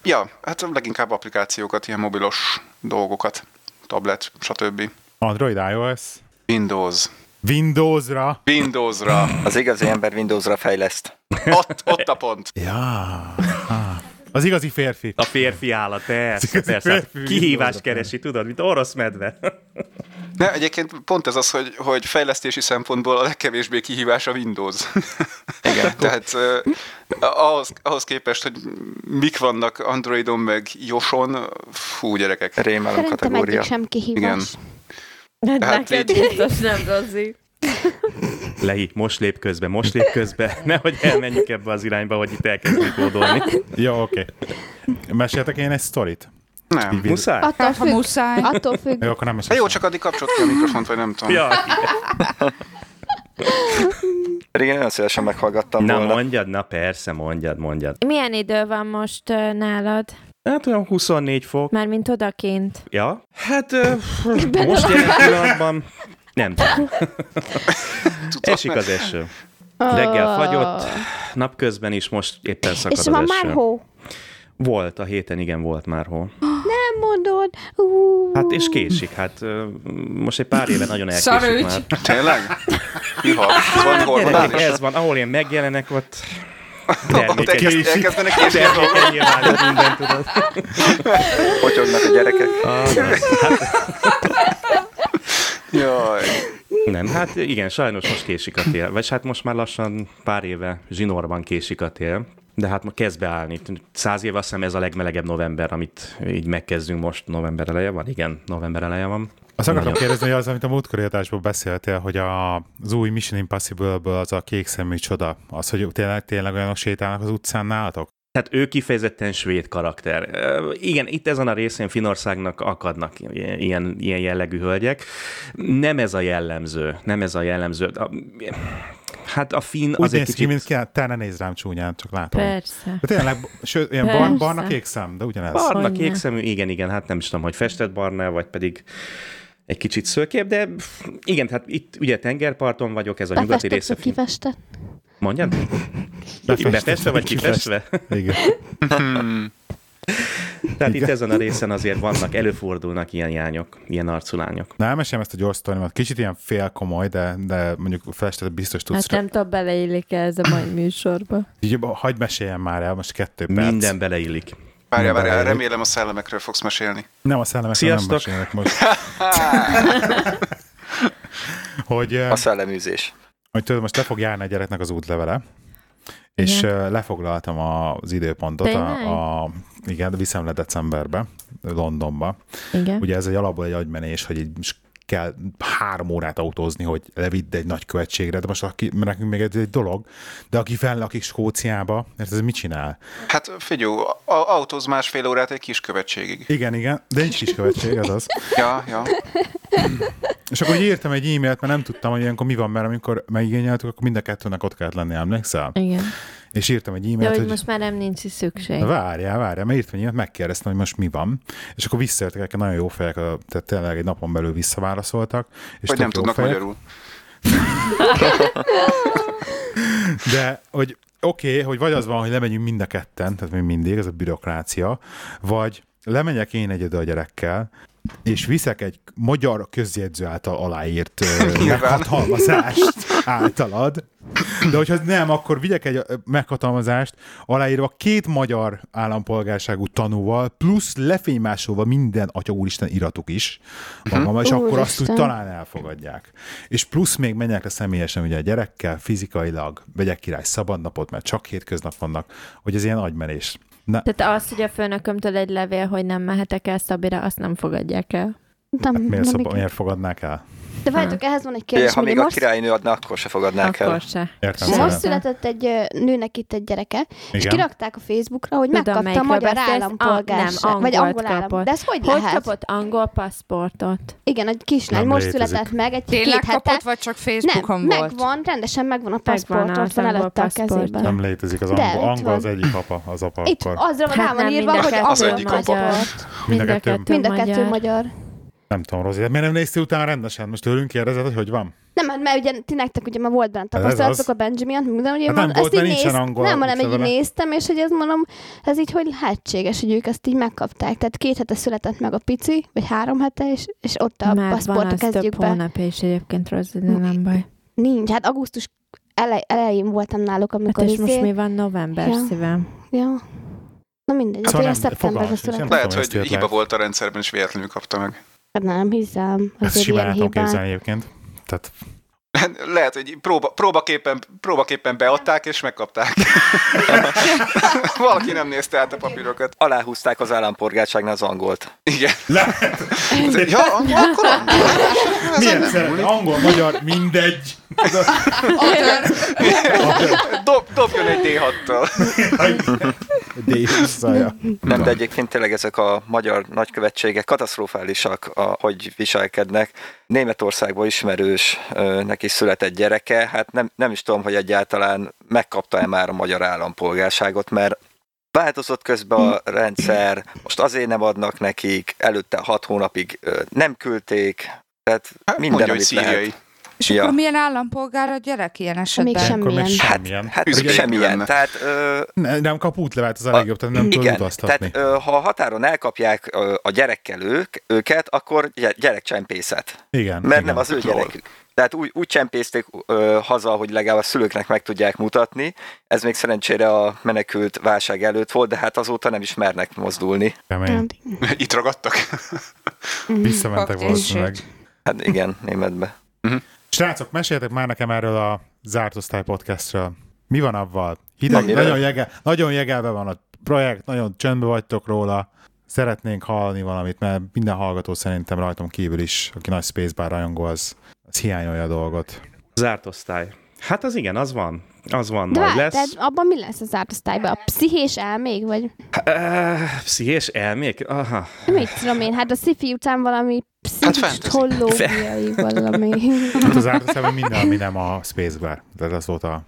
S3: ja, hát leginkább applikációkat, ilyen mobilos dolgokat, tablet, stb.
S1: Android, iOS,
S3: Windows.
S1: Windowsra.
S3: Windowsra.
S6: Az igazi ember Windowsra fejleszt.
S3: Ott, ott a pont.
S1: Ja. Az igazi férfi.
S2: A férfi állat, persze, persze. Hát
S1: férfi
S2: Kihívást
S1: dolog.
S2: keresi, tudod, mint orosz medve.
S3: Ne, egyébként pont ez az, hogy, hogy fejlesztési szempontból a legkevésbé kihívás a Windows. Igen. Tehát eh, ahhoz, ahhoz képest, hogy mik vannak Androidon meg Joson, fú gyerekek.
S6: Rémelem
S7: Szerintem egyik
S6: kategória.
S7: sem kihívás. Igen.
S3: Hát
S4: Neked
S3: így-
S4: biztos nem rosszik.
S2: Lehi, most lép közbe, most lép közbe. Nehogy elmenjünk ebbe az irányba, hogy itt elkezdjük kódolni.
S1: Jó, oké. Meséltek én egy sztorit?
S3: Nem.
S2: Muszáj?
S7: Attól
S5: Hát, Ha
S7: függ.
S5: muszáj.
S7: Attól függ.
S1: Jó, akkor nem meséltem.
S3: Hát jó, csak addig kapcsolt ki a mikrofont, vagy nem tudom.
S2: Ja,
S6: Pedig én nagyon szívesen meghallgattam
S2: na
S6: volna.
S2: mondjad, na persze, mondjad, mondjad.
S4: Milyen idő van most ö, nálad?
S2: Hát olyan 24 fok.
S4: Mármint odakint.
S2: Ja? Hát ö, most jelen pillanatban nem tudom. Esik az eső. Reggel fagyott, napközben is most éppen szakad
S7: És
S2: az
S7: van
S2: eső.
S7: már hó.
S2: Volt, a héten igen, volt már hol.
S7: Nem mondod. Ú,
S2: Hát és késik, hát ö, most egy pár éve nagyon elkésik
S5: Szarügy.
S2: már.
S3: Tényleg? Juha, van
S2: Gyerekek,
S3: hormonál is?
S2: ez van, ahol én megjelenek, ott Termékeny.
S1: Ki-
S3: Elkezdenek és
S2: Termékeny nyilván minden tudod.
S6: Potyognak a gyerekek.
S2: Ah, nem. Hát,
S3: Jaj.
S2: nem, hát igen, sajnos most késik a tél. Vagy hát most már lassan pár éve zsinórban késik a tél. De hát ma kezd beállni. Száz év azt hiszem ez a legmelegebb november, amit így megkezdünk most. November eleje van? Igen, november eleje van.
S1: Azt akartam
S2: Nagyon.
S1: kérdezni, hogy az, amit a múltkori adásból beszéltél, hogy a, az új Mission Impossible-ből az a kék szemű csoda, az, hogy tényleg, tényleg olyanok sétálnak az utcán nálatok?
S2: Tehát ő kifejezetten svéd karakter. Ö, Igen, itt ezen a részén Finországnak akadnak i- ilyen, ilyen jellegű hölgyek. Nem ez a jellemző, nem ez a jellemző. A, hát a finn
S1: Úgy
S2: az egy
S1: néz ki,
S2: kicsit...
S1: mint ki, te ne nézz rám csúnyán, csak látom.
S4: Persze.
S1: De tényleg, sőt, ilyen
S4: Persze.
S1: bar, barna kék szem, de ugyanez.
S7: Szóval,
S1: Bar-
S2: Barna,
S4: Hogyne.
S2: kék szemű, igen, igen, hát nem is tudom, hogy festett barna, vagy pedig egy kicsit szőkébb, de pff, igen, tehát itt ugye tengerparton vagyok, ez a nyugati
S7: Befestett,
S2: része.
S7: vagy kifestett?
S2: Mondjad?
S1: Befestett,
S2: Befestve vagy
S1: vagy
S2: kifestve?
S1: Igen.
S2: Tehát itt ezen a részen azért vannak, előfordulnak ilyen jányok, ilyen arculányok.
S1: Na, elmesélem ezt a gyors sztorimat. Kicsit ilyen félkomoly, de, de mondjuk a festet biztos tudsz.
S4: Hát
S1: Hát
S4: nem tudom, beleillik -e ez a mai műsorba.
S1: Így, hagyd meséljem már el, most kettő perc.
S2: Minden beleillik.
S1: Minden
S3: Várjál, várjál,
S1: elég.
S3: remélem a szellemekről fogsz mesélni.
S1: Nem a szellemekről nem
S2: Sziasztok!
S1: mesélek most. hogy, eh,
S6: A szelleműzés.
S1: hogy tudod, most le fog járni a gyereknek az útlevele, és eh, lefoglaltam a- az időpontot.
S4: Tényleg?
S1: A, a, igen, viszem le decemberbe, Londonba.
S4: Igen.
S1: Ugye ez egy alapból egy agymenés, hogy így most kell három órát autózni, hogy levidd egy nagy követségre, de most aki, mert nekünk még ez egy dolog, de aki fellakik Skóciába, mert ez mit csinál?
S3: Hát figyú, a- autóz másfél órát egy kis követségig.
S1: Igen, igen, de nincs kis követség, az az.
S3: Ja, ja.
S1: És akkor így írtam egy e-mailt, mert nem tudtam, hogy ilyenkor mi van, mert amikor megigényeltük, akkor mind a kettőnek ott kellett lenni, emlékszel?
S4: Igen.
S1: És írtam egy
S4: De
S1: e-mailt,
S4: hogy
S1: hát hogy...
S4: most már nem nincs is szükség.
S1: Na, Várjál, várjál, mert írtam egy e-mailt, megkérdeztem, hogy most mi van. És akkor visszajöttek, nekem nagyon jó fejek, tehát tényleg egy napon belül visszaválaszoltak. És
S3: Vagy nem
S1: tök jó
S3: tudnak
S1: fejek.
S3: magyarul.
S1: De, hogy oké, okay, hogy vagy az van, hogy lemegyünk mind a ketten, tehát még mindig, ez a bürokrácia, vagy lemegyek én egyedül a gyerekkel, és viszek egy magyar közjegyző által aláírt ö, meghatalmazást általad, de hogyha nem, akkor vigyek egy ö, meghatalmazást aláírva két magyar állampolgárságú tanúval, plusz lefénymásolva minden Atya Úristen iratuk is magam, és akkor azt úgy
S7: Úristen.
S1: talán elfogadják. És plusz még menjek le személyesen ugye a gyerekkel, fizikailag, vegyek király szabadnapot, mert csak hétköznap vannak, hogy ez ilyen agymenés. Na,
S4: Tehát az, hogy a főnökömtől egy levél, hogy nem mehetek el Szabira, azt nem fogadják el.
S7: Nem,
S1: miért,
S7: nem
S1: szab-
S7: igen.
S1: miért fogadnák el?
S7: De várjátok, ehhez van egy
S6: Ugye,
S7: kérdés,
S6: ha
S7: hogy
S6: még a
S7: most,
S6: királynő adna, akkor se fogadnák
S4: Akkor
S6: el.
S4: se.
S1: Értem. szóval
S4: Most
S1: szerintem.
S7: most született egy ö, nőnek itt egy gyereke, és
S1: Igen.
S7: kirakták a Facebookra, hogy
S4: Tudom,
S7: megkapta a
S4: melyikről
S7: magyar
S4: beszélsz.
S7: állampolgárság.
S4: Ah, nem,
S7: vagy
S4: angolt
S7: angol állam.
S4: kapott.
S7: De ez hogy,
S4: Hogy
S7: lehet?
S4: kapott angol paszportot?
S7: Igen, egy kislány
S1: Nem
S7: most
S1: létezik.
S7: született meg, egy
S5: Tényleg
S7: két hete.
S5: kapott, vagy csak Facebookon
S7: nem,
S5: volt?
S7: megvan, rendesen megvan a paszport,
S4: az
S7: ott van
S4: angol
S7: előtte a
S4: paszport.
S7: kezében.
S1: Nem létezik az
S7: De,
S1: angol.
S7: itt
S1: angol az
S7: van.
S1: egyik apa, az apa
S7: Itt
S1: akkor.
S7: azra van rá van írva,
S4: Hát mind a
S7: hogy
S4: kettő
S3: az egyik
S7: angol
S3: abba.
S7: paszport.
S1: Mind a kettő-
S7: Mind a kettő magyar.
S1: Nem tudom, Rozi, de miért nem néztél utána rendesen? Most tőlünk kérdezed, hogy hogy van?
S7: Nem, hát mert ugye ti nektek ugye már volt benne
S1: Hát Ez az.
S7: tapasztalatok a Benjamin, minden, ugye
S1: Hát
S7: van,
S1: nem volt,
S7: ezt így
S1: mert nincsen
S7: néz,
S1: angol
S7: nem, hanem így
S1: útlevele.
S7: néztem, és hogy ez mondom, ez így hogy lehetséges, hogy ők ezt így megkapták. Tehát két hete született meg a pici, vagy három hete, és, és ott a
S4: Már van
S7: paszportra
S4: az több
S7: kezdjük be.
S4: hónap, és egyébként Rozi, de nem baj.
S7: Nincs, hát augusztus elej, elején voltam náluk, amikor
S4: Hát és
S7: hát
S4: most mi van november
S7: Ja.
S4: szívem?
S7: Ja. Na mindegy, szóval
S1: nem-
S7: hát szeptemberben
S1: fogalmas nincs,
S7: született.
S1: nem
S3: Lehet,
S1: tudom, ezt
S3: hogy
S1: írták.
S3: hiba volt a rendszerben, és véletlenül kapta meg.
S7: Nem hiszem,
S1: Ezt
S7: azért
S1: simán
S7: ilyen
S1: el tudom
S7: hibán.
S1: képzelni egyébként. Tehát
S3: Lehet, hogy próba, próbaképpen, próbaképpen beadták, és megkapták. Valaki nem nézte át a papírokat.
S6: Aláhúzták az állampolgárságnál az angolt.
S3: Igen.
S1: Lehet.
S3: Ja, angol, akkor angol. Ezen
S1: Milyen
S3: nem
S1: szeret?
S3: múlik.
S1: Angol, magyar, mindegy.
S3: Dob, dobjon egy D6-tal.
S1: D-húszaja.
S6: Nem, de egyébként tényleg ezek a magyar nagykövetségek katasztrofálisak, a, hogy viselkednek. Németországban ismerős, ö, neki született gyereke, hát nem, nem is tudom, hogy egyáltalán megkapta-e már a magyar állampolgárságot, mert változott közben a rendszer, most azért nem adnak nekik, előtte hat hónapig ö, nem küldték, tehát minden,
S3: Mondja, hogy
S6: amit lehet.
S3: szíriai.
S5: És
S6: Ja.
S5: akkor milyen állampolgár a gyerek ilyen esetben?
S7: Még
S1: Akkor meg
S7: Semmilyen.
S1: semmilyen.
S6: Hát
S3: Üzbék
S6: semmilyen.
S3: lenne.
S6: Tehát ö,
S1: Ne, nem kap útlevelet, az a legjobb, tehát nem tudod
S6: igen,
S1: utaztatni.
S6: tehát ö, ha a határon elkapják ö, a gyerekkel ők, őket, akkor gy- gyerekcsempészet.
S1: Igen.
S6: Mert
S1: igen.
S6: nem az ő gyerekük. Tehát úgy, úgy csempészték ö, haza, hogy legalább a szülőknek meg tudják mutatni. Ez még szerencsére a menekült válság előtt volt, de hát azóta nem is mernek mozdulni.
S1: Kemény.
S3: Itt ragadtak?
S1: Visszamentek
S5: Fuck
S1: valószínűleg.
S6: Hát igen, németbe.
S1: Srácok, meséltek már nekem erről a zárt osztály podcastről. Mi van avval? Hideg,
S6: Amiről?
S1: nagyon, jege, nagyon jegelve van a projekt, nagyon csöndbe vagytok róla. Szeretnénk hallani valamit, mert minden hallgató szerintem rajtam kívül is, aki nagy spacebar rajongó, az, az hiányolja a dolgot.
S2: Zárt osztály. Hát az igen, az van. Az van,
S7: De
S2: majd
S7: várj,
S2: lesz.
S7: tehát abban mi lesz az átosztályban? A pszichés elmék, vagy
S2: Uh, pszichés elmék? Aha.
S7: mit tudom én? Hát a sci-fi után valami
S3: fantasy.
S7: pszichologiai valami.
S1: Hát az zárt osztályban minden, ami nem a spacebar. Tehát az volt a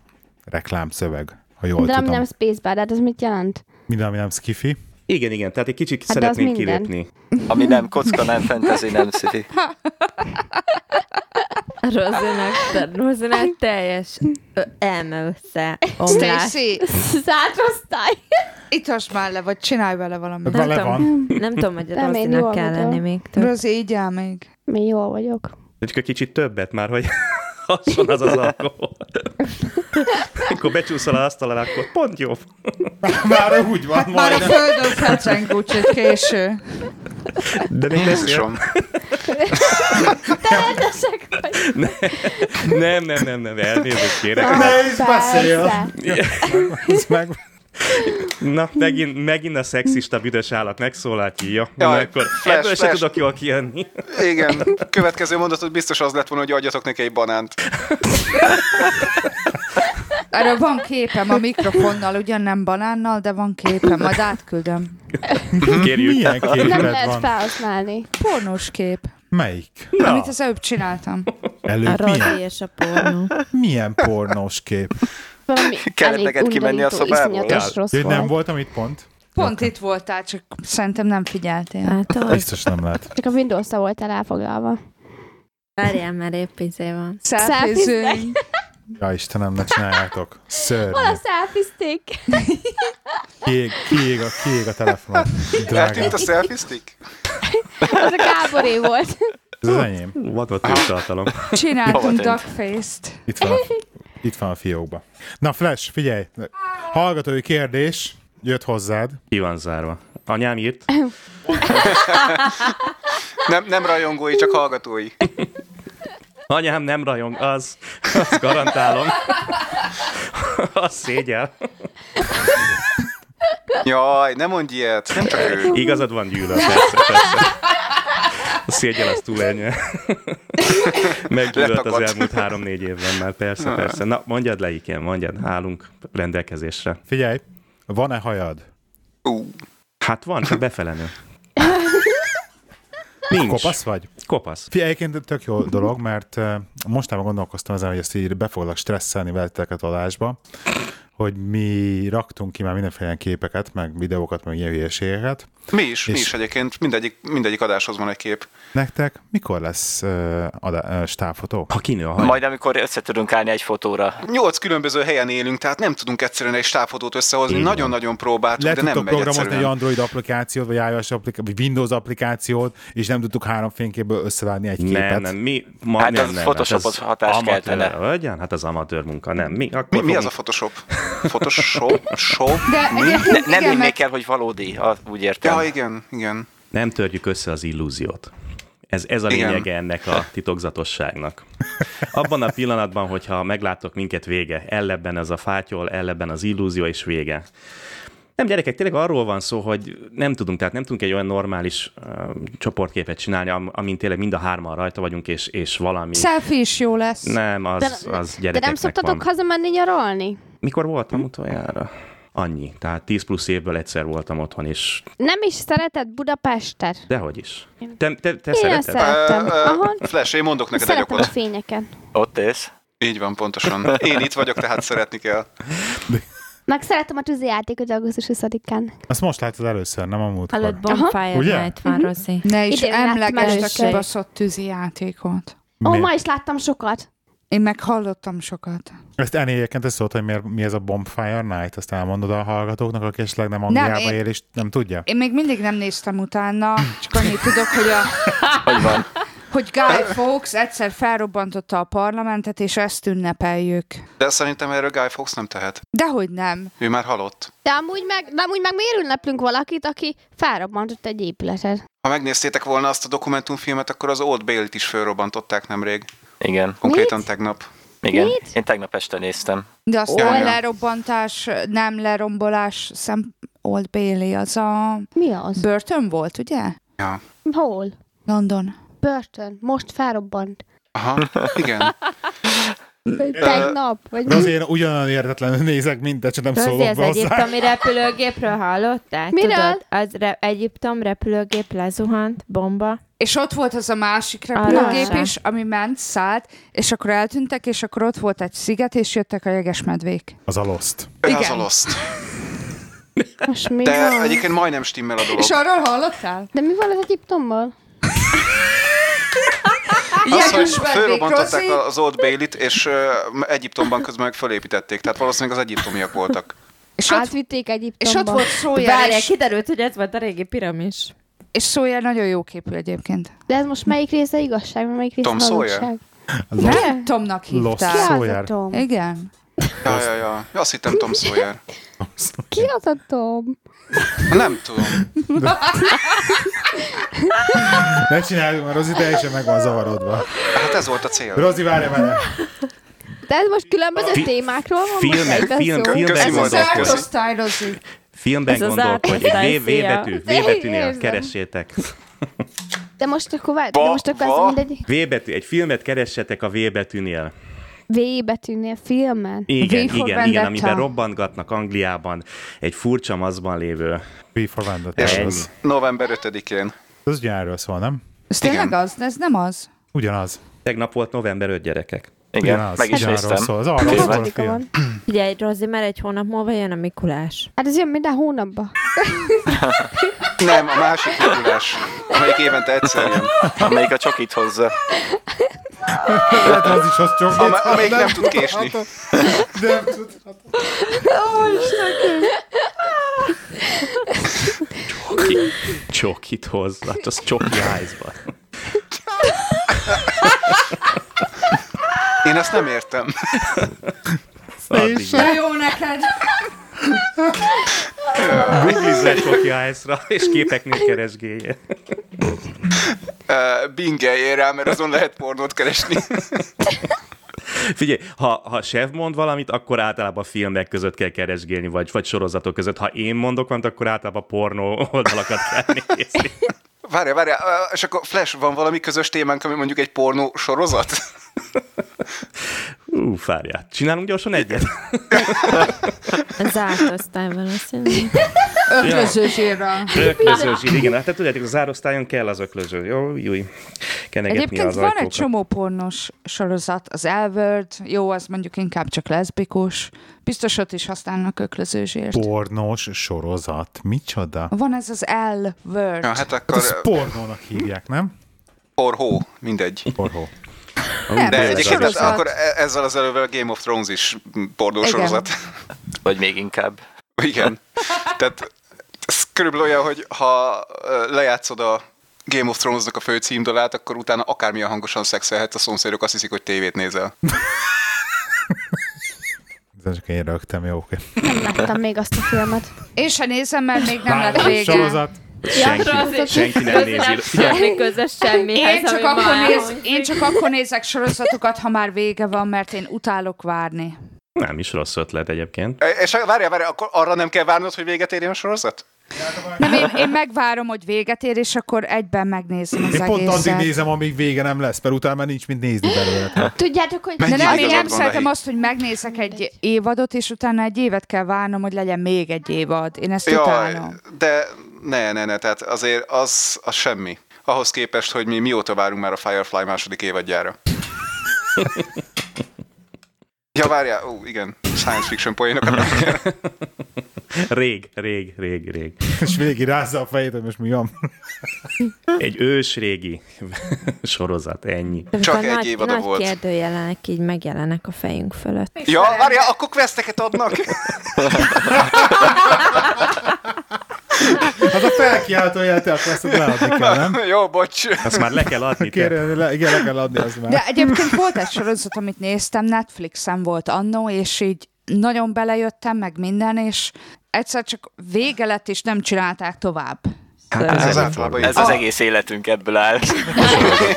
S1: reklám szöveg, ha jól
S7: De ami
S1: tudom.
S7: nem spacebar, de hát az mit jelent?
S1: Minden, ami nem skifi.
S2: Igen, igen, tehát egy kicsit
S7: Hát de az
S2: szeretnénk
S7: minden.
S2: kilépni.
S6: Ami nem kocka, nem fantasy, nem sci
S4: Rozinak, Rozinak teljes ö, elme össze. omlás.
S5: Stacy,
S7: Zárt osztály.
S5: itasd már le, vagy csinálj vele valamit.
S1: Vele van.
S4: Nem tudom, hogy a
S7: Nem, én jól
S4: Rozinak kell
S7: vagyok.
S4: lenni még több.
S5: Rozi, így áll még.
S7: Mi jól vagyok.
S2: De csak egy kicsit többet már, hogy hasson az az alkohol. Amikor becsúszol az asztalon, akkor pont jó.
S1: Már úgy van,
S5: Már a
S1: majdnem.
S5: földön fetreng, úgyhogy késő.
S2: De még beszél.
S3: Jézusom.
S7: Tehetesek vagy.
S2: Nem, nem, nem, nem, elnézést kérek.
S1: Ne is beszél.
S7: Persze.
S1: Ez meg...
S2: Na, megint, megint a szexista büdös állat megszólal ki, ja.
S3: Jaj,
S2: Na, akkor
S3: flash,
S2: ebből se
S3: flash.
S2: tudok jól kijönni.
S3: Igen. Következő mondatot biztos az lett volna, hogy adjatok neki egy banánt.
S5: Erről van képem a mikrofonnal, ugyan nem banánnal, de van képem, majd átküldöm.
S2: Kérjük.
S1: Milyen
S7: Nem
S1: képed
S7: lehet
S1: van?
S7: felhasználni.
S5: Pornós kép,
S1: Melyik?
S5: Na. amit az előbb csináltam.
S4: A
S1: Előbb milyen,
S4: Rozi és a pornó.
S1: milyen pornós kép?
S7: Valami
S6: Kellett
S7: elég
S6: neked kimenni a
S7: undorító,
S6: szobából?
S7: iszonyatos rossz
S1: Én nem
S7: volt.
S1: voltam itt pont?
S5: Pont itt voltál, csak szerintem nem figyeltél.
S4: Hát az.
S1: Biztos nem lehet.
S7: Csak a windows voltál elfoglalva.
S4: Várjál, mert épp izé van.
S5: Szelfizünk.
S1: Ja Istenem, ne csináljátok. Szörnyű.
S7: szelfizték.
S1: Kiég, kiég, a, kiég a telefon. Drágám.
S3: Eltűnt a selfie stick?
S7: Az a Gáboré volt.
S1: Ez az enyém.
S2: Volt ott is tartalom.
S6: Hova
S5: Csináltunk
S6: tűnt?
S5: duckface-t.
S1: Itt van, a, itt van a fiókba. Na Flash, figyelj. Hallgatói kérdés jött hozzád.
S2: Ki van zárva. Anyám írt.
S3: Nem, nem rajongói, csak hallgatói.
S2: Anyám nem rajong, az. Azt garantálom. Az szégyel.
S3: Jaj, ne mondj ilyet, nem csak ő.
S2: Igazad van, gyűlöl, persze, persze. A szégyel az túl ennyi. Meggyűlölt az
S3: Letakadt.
S2: elmúlt három-négy évben már, persze, persze. Na, mondjad le, igen, mondjad, állunk rendelkezésre.
S1: Figyelj, van-e hajad?
S3: Ú,
S2: Hát van, csak befelenő. Nincs.
S1: Kopasz vagy?
S2: Kopasz.
S1: Figyelj, egyébként tök jó dolog, mert eh, mostában gondolkoztam ezen, hogy ezt így be foglak stresszelni veletek a adásba, hogy mi raktunk ki már mindenféle képeket, meg videókat, meg ilyen hülyeségeket.
S3: Mi is, mi
S1: És-
S3: is egyébként, mindegyik, mindegyik adáshoz van egy kép.
S1: Nektek mikor lesz uh, adá- uh, stábfotó?
S2: Ha kinő a haj.
S6: Majd amikor össze tudunk állni egy fotóra.
S3: Nyolc különböző helyen élünk, tehát nem tudunk egyszerűen egy stábfotót összehozni.
S2: Így van.
S3: Nagyon-nagyon próbáltuk,
S1: Le
S3: de nem
S1: tudtok
S3: megy
S1: programozni egy
S3: egyszerűen.
S1: Android applikációt, vagy iOS applikációt, vagy Windows applikációt, és nem tudtuk három fényképből összevágni egy képet.
S2: Nem, nem, mi? Ma,
S6: Hát
S2: nem,
S6: az
S2: nem,
S6: Photoshopos
S2: az
S6: hatást
S2: amatőr-
S6: keltene.
S2: Hogyan? Hát az amatőr munka, nem. Mi, akkor
S3: Mi, mi
S2: fogunk-
S3: az a Photoshop? Photoshop? Shop?
S5: De
S6: Ne,
S5: egyébként
S6: nem
S5: igen,
S6: hinnék
S5: mert
S6: el, hogy valódi, ha úgy értem.
S3: Ja, igen, igen.
S2: Nem törjük össze az illúziót. Ez, ez a
S3: Igen.
S2: lényege ennek a titokzatosságnak. Abban a pillanatban, hogyha meglátok minket vége, ellebben ez a fátyol, ellebben az illúzió, és vége. Nem, gyerekek, tényleg arról van szó, hogy nem tudunk, tehát nem tudunk egy olyan normális uh, csoportképet csinálni, am- amin tényleg mind a hárman rajta vagyunk, és, és valami...
S5: selfie is jó lesz.
S2: Nem, az,
S7: De-
S2: az
S7: De nem
S2: gyerekeknek
S7: szoktatok
S2: van.
S7: hazamenni nyaralni?
S2: Mikor voltam utoljára? Annyi. Tehát 10 plusz évből egyszer voltam otthon, és
S7: Nem is szereted Budapestet?
S2: dehogy is. Te, te, te
S7: Én
S2: szereted?
S7: szeretem. Értem.
S3: Ö, ö,
S7: Aha.
S3: Flash, én mondok neked egy
S7: Szeretem a
S3: okot.
S7: fényeket.
S6: Ott ész.
S3: Így van, pontosan. Én itt vagyok, tehát szeretni kell.
S7: Meg szeretem a tűzijátékot augusztus 20-án.
S1: Azt most látod először, nem a múltkor.
S4: Előtt Bonfire
S1: Ugye?
S4: Night van, Rozi.
S5: Ne is
S7: Idén láttam
S5: emlegesd a
S7: először.
S5: kibaszott tűzi játékot.
S7: Ó,
S1: Miért?
S7: ma is láttam sokat.
S5: Én meg hallottam sokat.
S1: Ezt Eni egyébként ezt szólt, hogy miért, mi ez a Bombfire Night, azt elmondod a hallgatóknak, aki esetleg nem Angliába
S5: én-
S1: él, és nem tudja.
S5: Én még mindig nem néztem utána, csak annyit tudok, hogy a,
S6: Hogy van?
S5: hogy Guy Fawkes egyszer felrobbantotta a parlamentet, és ezt ünnepeljük.
S3: De szerintem erről Guy Fawkes nem tehet.
S5: Dehogy nem.
S3: Ő már halott.
S7: De amúgy meg, de amúgy meg miért ünneplünk valakit, aki felrobbantott egy épületet?
S3: Ha megnéztétek volna azt a dokumentumfilmet, akkor az Old Bailey-t is felrobbantották nemrég.
S6: Igen,
S3: Konkrétan tegnap.
S6: igen.
S7: Mit?
S6: Én tegnap este néztem.
S5: De azt
S3: Jaj,
S5: nem
S3: jaj.
S5: lerobbantás, nem lerombolás szem... Old Bailey, az a
S7: Mi az?
S5: börtön volt, ugye?
S3: Ja.
S7: Hol?
S5: London.
S7: Börtön. Most felrobbant.
S3: Aha, igen.
S7: Tegnap. Vagy
S1: De az én ugyanolyan értetlenül nézek, mint te, csak nem
S4: Rozi,
S1: szólok
S4: az
S1: be hozzá.
S4: egyiptomi repülőgépről hallottál?
S7: Miről?
S4: Tudod, az re- egyiptom repülőgép lezuhant, bomba.
S5: És ott volt az a másik
S4: Arra
S5: repülőgép
S4: sem.
S5: is, ami ment, szállt, és akkor eltűntek, és akkor ott volt egy sziget, és jöttek a jegesmedvék.
S1: Az a Lost.
S3: Ő
S5: Igen.
S3: az a Lost.
S7: most mi
S3: De
S7: van?
S3: egyébként majdnem stimmel a dolog.
S5: És arról hallottál?
S7: De mi van az Egyiptommal?
S3: Az, hogy
S5: Jegesmedvék,
S3: fölrobbantották
S5: Rozi.
S3: az Old Bailey-t, és ö, Egyiptomban közben meg fölépítették. Tehát valószínűleg az egyiptomiak voltak.
S5: És ott,
S7: Átvitték Egyiptomba.
S5: és ott volt Sawyer,
S4: Várják,
S5: és,
S4: kiderült, hogy ez volt a régi piramis.
S5: és Sawyer nagyon jó képű egyébként.
S7: De ez most melyik része igazság, meg melyik része
S3: Tom Sawyer?
S7: valóság?
S1: Lost.
S5: Nem Tomnak
S1: Lost
S5: hívták.
S7: Ki az a
S1: Sawyer.
S7: Tom?
S5: Igen.
S3: Ja, ja, ja. Azt hittem Tom Sawyer.
S7: Ki az a Tom?
S3: Nem tudom.
S1: Ne csináljuk, mert Rozi teljesen meg van zavarodva.
S3: Hát ez volt a cél.
S1: Rozi, várja már.
S7: De ez most különböző
S2: Fi-
S7: témákról van most
S2: Filmek,
S7: egyben
S2: film,
S7: szó?
S2: filmben
S3: Köszi,
S5: Ez az
S3: Mondod, Rozi.
S2: gondolkodj.
S5: átosztályozik.
S2: Filmben
S4: Ez az
S2: gondolkodj. Egy
S4: átosztály,
S2: V, V
S4: szia.
S2: betű. V betűnél
S7: Érzem.
S2: keressétek.
S7: De most akkor várj, de most akkor
S3: va-
S7: ez mindegy
S2: V betű. Egy filmet keressetek a V betűnél.
S7: V betűnél filmen.
S2: Igen,
S5: V for
S2: igen, igen,
S5: Vendetta.
S2: amiben robbantgatnak Angliában egy furcsa mazban lévő.
S1: Be for Vendetta.
S3: És
S1: Ez,
S3: november 5-én.
S1: ez ugyanerről szól, nem?
S5: Ez tényleg az? De ez nem az.
S1: Ugyanaz.
S2: Tegnap volt november 5 gyerekek.
S6: Igen,
S1: Ugyanaz.
S6: meg is
S1: Ugyanarról
S6: néztem.
S1: szól. Az arról szól a
S7: Harmadika
S1: film.
S7: van.
S4: Figyelj, Rozi, mert egy hónap múlva jön a Mikulás.
S7: Hát ez jön minden hónapban.
S3: Nem, a másik Mikulás, amelyik évente egyszer jön.
S6: Amelyik a csokit hozza.
S1: Hát az is az csak.
S3: Am- amelyik nem tud késni.
S1: De tud.
S2: Ki csokit hoz, hát az csoki ájzban.
S3: Én ezt nem értem.
S2: Addig
S5: De jó neked.
S2: googlizze csoki ájzra, és képeknél keresgélje.
S3: Uh, bingeljél rá, mert azon lehet pornót keresni.
S2: Figyelj, ha, ha chef mond valamit, akkor általában filmek között kell keresgélni, vagy, vagy sorozatok között. Ha én mondok valamit, akkor általában pornó oldalakat kell nézni.
S3: Várjál, várjál, uh, és akkor Flash, van valami közös témánk, ami mondjuk egy pornó sorozat?
S2: Ú, fárját. Csinálunk gyorsan egyet?
S4: Az átosztály valószínűleg.
S5: Ötvözős írra.
S2: Öklözős, igen. Hát te tudjátok, a zárosztályon kell az öklöző. Jó, júj. Kenegetni
S5: Egyébként
S2: az
S5: van egy
S2: ajtókat.
S5: csomó pornos sorozat, az Elvörd, jó, az mondjuk inkább csak leszbikus, biztos ott is használnak öklözőzsért.
S1: Pornós sorozat. Micsoda?
S5: Van ez az Elvörd.
S3: Ja,
S5: Ja.
S3: hát akkor
S1: Ez
S3: uh,
S1: pornónak hívják, nem?
S3: porhó, mindegy.
S1: Porhó.
S2: Amúgy
S3: De
S5: Ez
S2: tényleg
S5: egy
S3: egyébként ez,
S5: sorozat.
S3: akkor e- ezzel az elővel a Game of Thrones is pornó
S5: Igen.
S3: sorozat.
S6: Vagy még inkább.
S3: Igen. Tehát ez körülbelül olyan, hogy ha ö, lejátszod a Game of Thrones-nak a fő címdalát, akkor utána akármilyen hangosan szexelhetsz, a szomszédok azt hiszik, hogy tévét nézel.
S1: Ez csak én rögtem, jó. oké.
S7: Nem láttam még azt a filmet.
S5: Én se nézem, mert még nem lett
S1: Látom,
S5: vége.
S1: Sorozat.
S2: senki, senki nem nézi. Figyelj,
S4: semmi közös semmihez,
S5: Én csak,
S4: ami
S5: akkor
S4: ma
S5: néz,
S4: elhangzik.
S5: én csak akkor nézek sorozatokat, ha már vége van, mert én utálok várni.
S2: nem is rossz ötlet egyébként.
S3: E- És várjál, várjál, akkor arra nem kell várnod, hogy véget érjen a sorozat?
S5: Nem, én, én megvárom, hogy véget ér, és akkor egyben megnézem az
S1: Én pont addig
S5: egészet.
S1: nézem, amíg vége nem lesz, mert utána már nincs mit nézni belőle. Tehát
S7: Tudjátok, hogy...
S5: De
S3: Mennyi
S5: nem, én
S3: igazad
S5: nem
S3: van,
S5: szeretem
S3: Lehi?
S5: azt, hogy megnézek egy évadot, és utána egy évet kell várnom, hogy legyen még egy évad. Én ezt
S3: Jaj,
S5: utálom.
S3: de ne, ne, ne, tehát azért az, az semmi. Ahhoz képest, hogy mi mióta várunk már a Firefly második évadjára. Ja, várjál, ó, igen, science fiction poénokat.
S2: Rég, rég, rég, rég.
S1: És végig rázza a fejét, hogy most mi van.
S2: Egy ős régi sorozat, ennyi.
S4: Amikor
S3: egy
S4: nagy,
S3: évada
S4: nagy
S3: volt.
S4: kérdőjelenek így megjelennek a fejünk fölött.
S3: Ja, várjál, akkor questeket adnak.
S1: Az a felkiáltóját, akkor ezt leadni kell, nem?
S3: Jó, bocs.
S2: Azt már le kell adni. Te.
S1: Kérem, le, igen, le kell adni azt már.
S5: De egyébként volt egy sorozat, amit néztem, Netflixen volt annó, és így nagyon belejöttem, meg minden, és egyszer csak vége lett, és nem csinálták tovább.
S2: Hát ez,
S3: Ez
S2: ez
S3: általában
S2: ez
S6: Ez az egész életünk ebből áll.
S5: De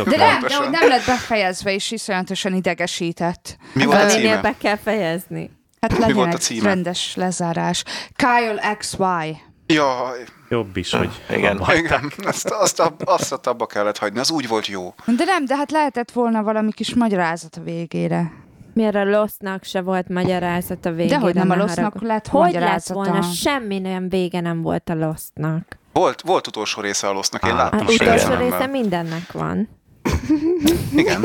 S5: nem, de
S3: Pontosan.
S5: hogy nem lett befejezve, és iszonyatosan idegesített.
S3: Mi volt a
S4: Valaminél
S3: címe?
S4: be kell fejezni.
S5: Hát legyen
S3: volt a
S5: egy
S3: címe?
S5: rendes lezárás. Kyle XY.
S3: Jaj,
S2: jobb is, hogy
S6: Igen.
S2: abba.
S3: igen, azt, azt, ab- azt ott abba kellett hagyni, az úgy volt jó.
S5: De nem, de hát lehetett volna valami kis magyarázat a végére.
S4: Miért a Lostnak se volt magyarázat a végén?
S5: Dehogy nem, a Lostnak lett
S4: Hogy lett
S5: magyarázata.
S4: volna? Semmi nem vége nem volt a Lostnak.
S3: Volt, volt utolsó része a Lost-nak, én
S2: Á,
S3: láttam.
S4: Hát
S3: a
S4: utolsó
S3: sejtelemmel.
S4: része mindennek van.
S3: Igen.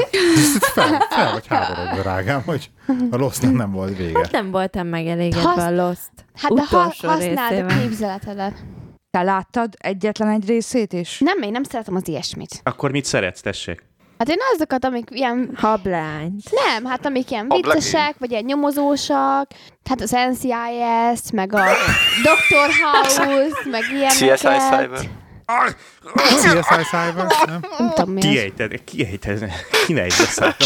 S1: Fel, fel vagy háborodva, rágám, hogy a losznak nem volt vége.
S4: Hát nem voltam megelégedve
S7: Hasz-
S4: a Lost
S7: Hát de ha,
S4: utolsó
S7: használd a
S4: részével.
S7: képzeletedet.
S5: Te láttad egyetlen egy részét is?
S7: Nem, én nem szeretem az ilyesmit.
S2: Akkor mit szeretsz, tessék?
S7: Hát én azokat, amik ilyen...
S4: Hablányt.
S7: Nem, hát amik ilyen
S3: A Black
S7: viccesek, vagy ilyen nyomozósak, hát az NCIS, meg a Dr. House, meg
S6: CSI
S7: ilyeneket.
S6: Cyber.
S1: CSI Cyber, nem?
S7: Nem tudom mi az.
S2: Kiejted, kiejted, kiejted,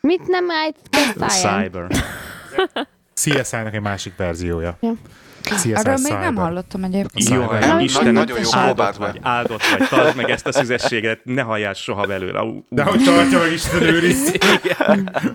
S7: Mit nem állt? Cyber.
S2: Cyber.
S1: CSI-nak egy másik verziója.
S7: Ja.
S1: CSI
S5: Erről még
S1: Cyber.
S5: nem hallottam egyébként.
S2: Jó,
S1: Cyber.
S2: Istenem,
S1: Nagyon-
S3: nagyon jó
S2: áldott
S3: próbált
S2: vagy,
S3: meg.
S2: áldott vagy, tartsd meg ezt a szüzességet, ne halljál soha belőle. Ú, ú,
S1: De hogy tartja meg Isten őriz.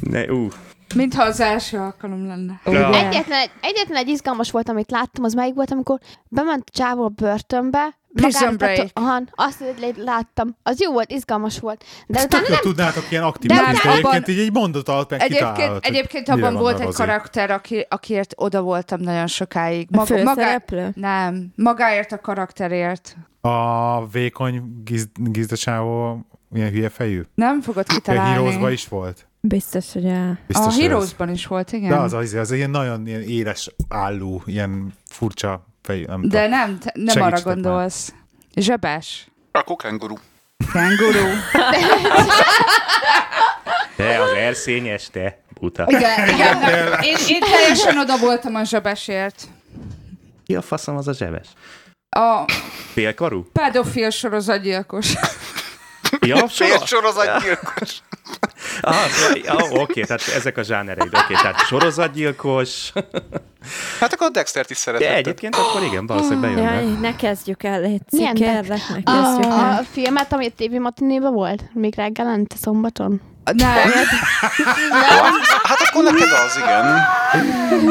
S2: ne, ú.
S5: Mintha az első alkalom lenne.
S2: Ja.
S7: Egyetlen egy, egyetlen egy izgalmas volt, amit láttam, az melyik volt, amikor bement a csávó a börtönbe. magára
S5: Prison
S7: tette-
S5: Break.
S7: Ahan, azt lé- láttam. Az jó volt, izgalmas volt. De utána
S1: Tök jó
S7: nem,
S1: tudnátok ilyen
S5: De
S1: aktivitás, de
S5: abban-
S1: egyébként így egy mondat alatt meg
S5: Egyébként,
S1: kitalálod, hogy
S5: egyébként
S1: mire
S5: abban volt egy
S1: gondolkozik.
S5: karakter, aki, akiért oda voltam nagyon sokáig.
S4: A főszereplő?
S5: nem, magáért a karakterért.
S1: A vékony giz, gizdacsávó, ilyen hülye fejű.
S5: Nem fogod
S1: Találni. A Heroes-ba
S5: kitalálni.
S1: is volt.
S4: Biztos, hogy a...
S5: A
S1: Biztos, hogy az.
S5: Heroesban is volt, igen.
S1: De az az, az ilyen nagyon ilyen éles álló, ilyen furcsa fejű, nem
S5: De
S1: tudom.
S5: nem, te- nem
S1: Segítsetek
S5: arra
S1: már.
S5: gondolsz. Zsebes.
S3: Akkor kenguru.
S5: Kenguru.
S2: Te az erszényes, te buta.
S5: Igen, igen. Én, én teljesen oda voltam a zsebesért.
S2: Ki a faszom az a zsebes?
S5: A
S2: Félkarú?
S5: pedofil sorozatgyilkos.
S2: Ja,
S3: Fél
S2: soha?
S3: sorozatgyilkos.
S2: Ah, ah, oké, tehát ezek a zsánereid. Oké, tehát sorozatgyilkos.
S3: Hát akkor a Dextert is
S2: De
S3: szeretetted.
S2: egyébként akkor igen, valószínűleg
S4: Jaj,
S2: bejönnek.
S4: ne kezdjük el, Léci,
S7: Milyen Ah.
S4: kérlek, ne
S7: a,
S4: kezdjük el.
S7: a filmet, ami a TV Matinéban volt, még reggel lent szombaton.
S5: Nem,
S3: Hát akkor neked az, igen.
S2: Nem,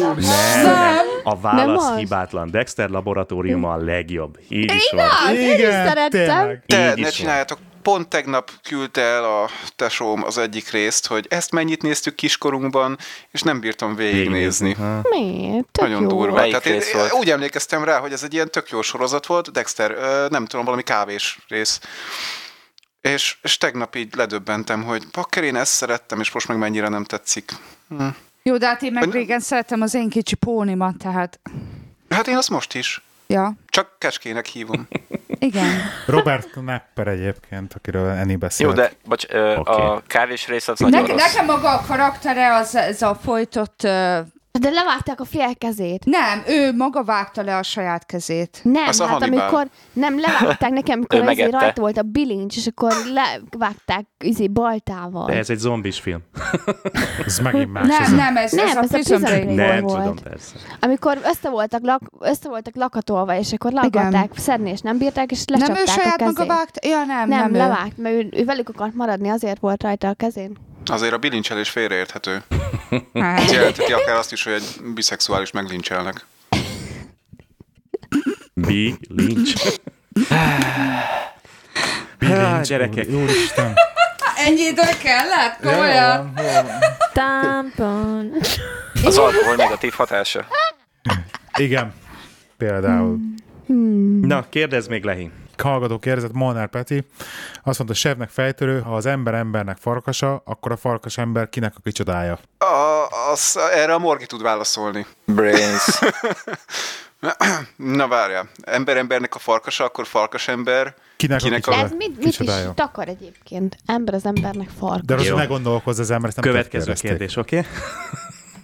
S2: nem. A
S7: Nem
S2: válasz
S7: az?
S2: hibátlan. Dexter laboratóriuma a legjobb. Így is van.
S1: Igen,
S7: szerettem.
S1: tényleg.
S3: De
S2: Így
S3: ne
S2: is van.
S3: csináljátok. Pont tegnap küldte el a tesóm az egyik részt, hogy ezt mennyit néztük kiskorunkban, és nem bírtam végignézni.
S2: Ha.
S7: Miért? Tök
S3: Nagyon
S7: jó
S3: durva.
S7: hát. volt.
S6: Melyik
S3: Tehát én,
S6: rész volt?
S3: úgy emlékeztem rá, hogy ez egy ilyen tök jó sorozat volt, Dexter, ö, nem tudom, valami kávés rész. És, és tegnap így ledöbbentem, hogy pakker, én ezt szerettem, és most meg mennyire nem tetszik.
S5: Jó, de hát én meg régen szeretem az én kicsi pónimat, tehát...
S3: Hát én azt most is.
S5: Ja,
S3: Csak kecskének hívom.
S5: igen.
S1: Robert Knapper egyébként, akiről Annie beszélt.
S6: Jó, de bocs, ö,
S2: Oké.
S6: a kávés rész az
S5: Ne,
S6: nagyon rossz.
S5: nekem maga a karaktere az ez a folytott... Uh,
S7: De levágták a fél kezét.
S5: nem, ő maga vágta le a saját kezét.
S7: Nem,
S3: Az a
S7: hát
S3: Hannibal.
S7: amikor nem levágták nekem,
S6: Ő
S7: amikor ezért
S6: megette.
S7: rajta volt a bilincs, és akkor levágták izé baltával.
S2: De ez egy zombis film.
S1: Ez megint más. ez
S5: Nem,
S1: a-
S5: nem, ez,
S7: Nem,
S5: ez, a Prison Break.
S7: Hol
S2: Nem
S7: volt?
S2: tudom, persze.
S7: Amikor össze voltak, lak, össze voltak lakatolva, és akkor le akarták szedni, és nem bírták, és lecsapták
S5: Nem ő
S7: a
S5: saját
S7: kezét.
S5: maga vágta? Ja, nem,
S7: Nem,
S5: nem,
S7: nem
S5: ő.
S7: levágt, mert ő, ő velük akart maradni, azért volt rajta a kezén.
S3: Azért a bilincselés félreérthető.
S5: Hát,
S3: Jelenteti akár azt is, hogy egy biszexuális meglincselnek.
S2: Bi
S1: Bilincs,
S2: Lynch. Jaj, gyerekek.
S1: Úristen.
S5: Ennyi idő kellett? Komolyan?
S4: Tampon.
S6: Az alkohol negatív hatása.
S1: Igen, például.
S2: Na, kérdezz még Lehi.
S1: hallgató kérdezett Molnár Peti, azt mondta, sebnek fejtörő, ha az ember embernek farkasa, akkor a farkas ember kinek a kicsodája?
S3: A, az, erre a Morgi tud válaszolni.
S6: Brains.
S3: Na várjál, ember embernek a farkasa, akkor farkas ember.
S1: Kinek,
S3: Kinek
S1: a
S3: a-
S1: kicsodája?
S7: Ez mit, mit is takar egyébként? Ember az embernek farka.
S1: De rossz,
S2: Jó.
S1: ne gondolkozz az ember, ezt nem
S2: Következő
S1: kérdezték.
S2: kérdés, oké?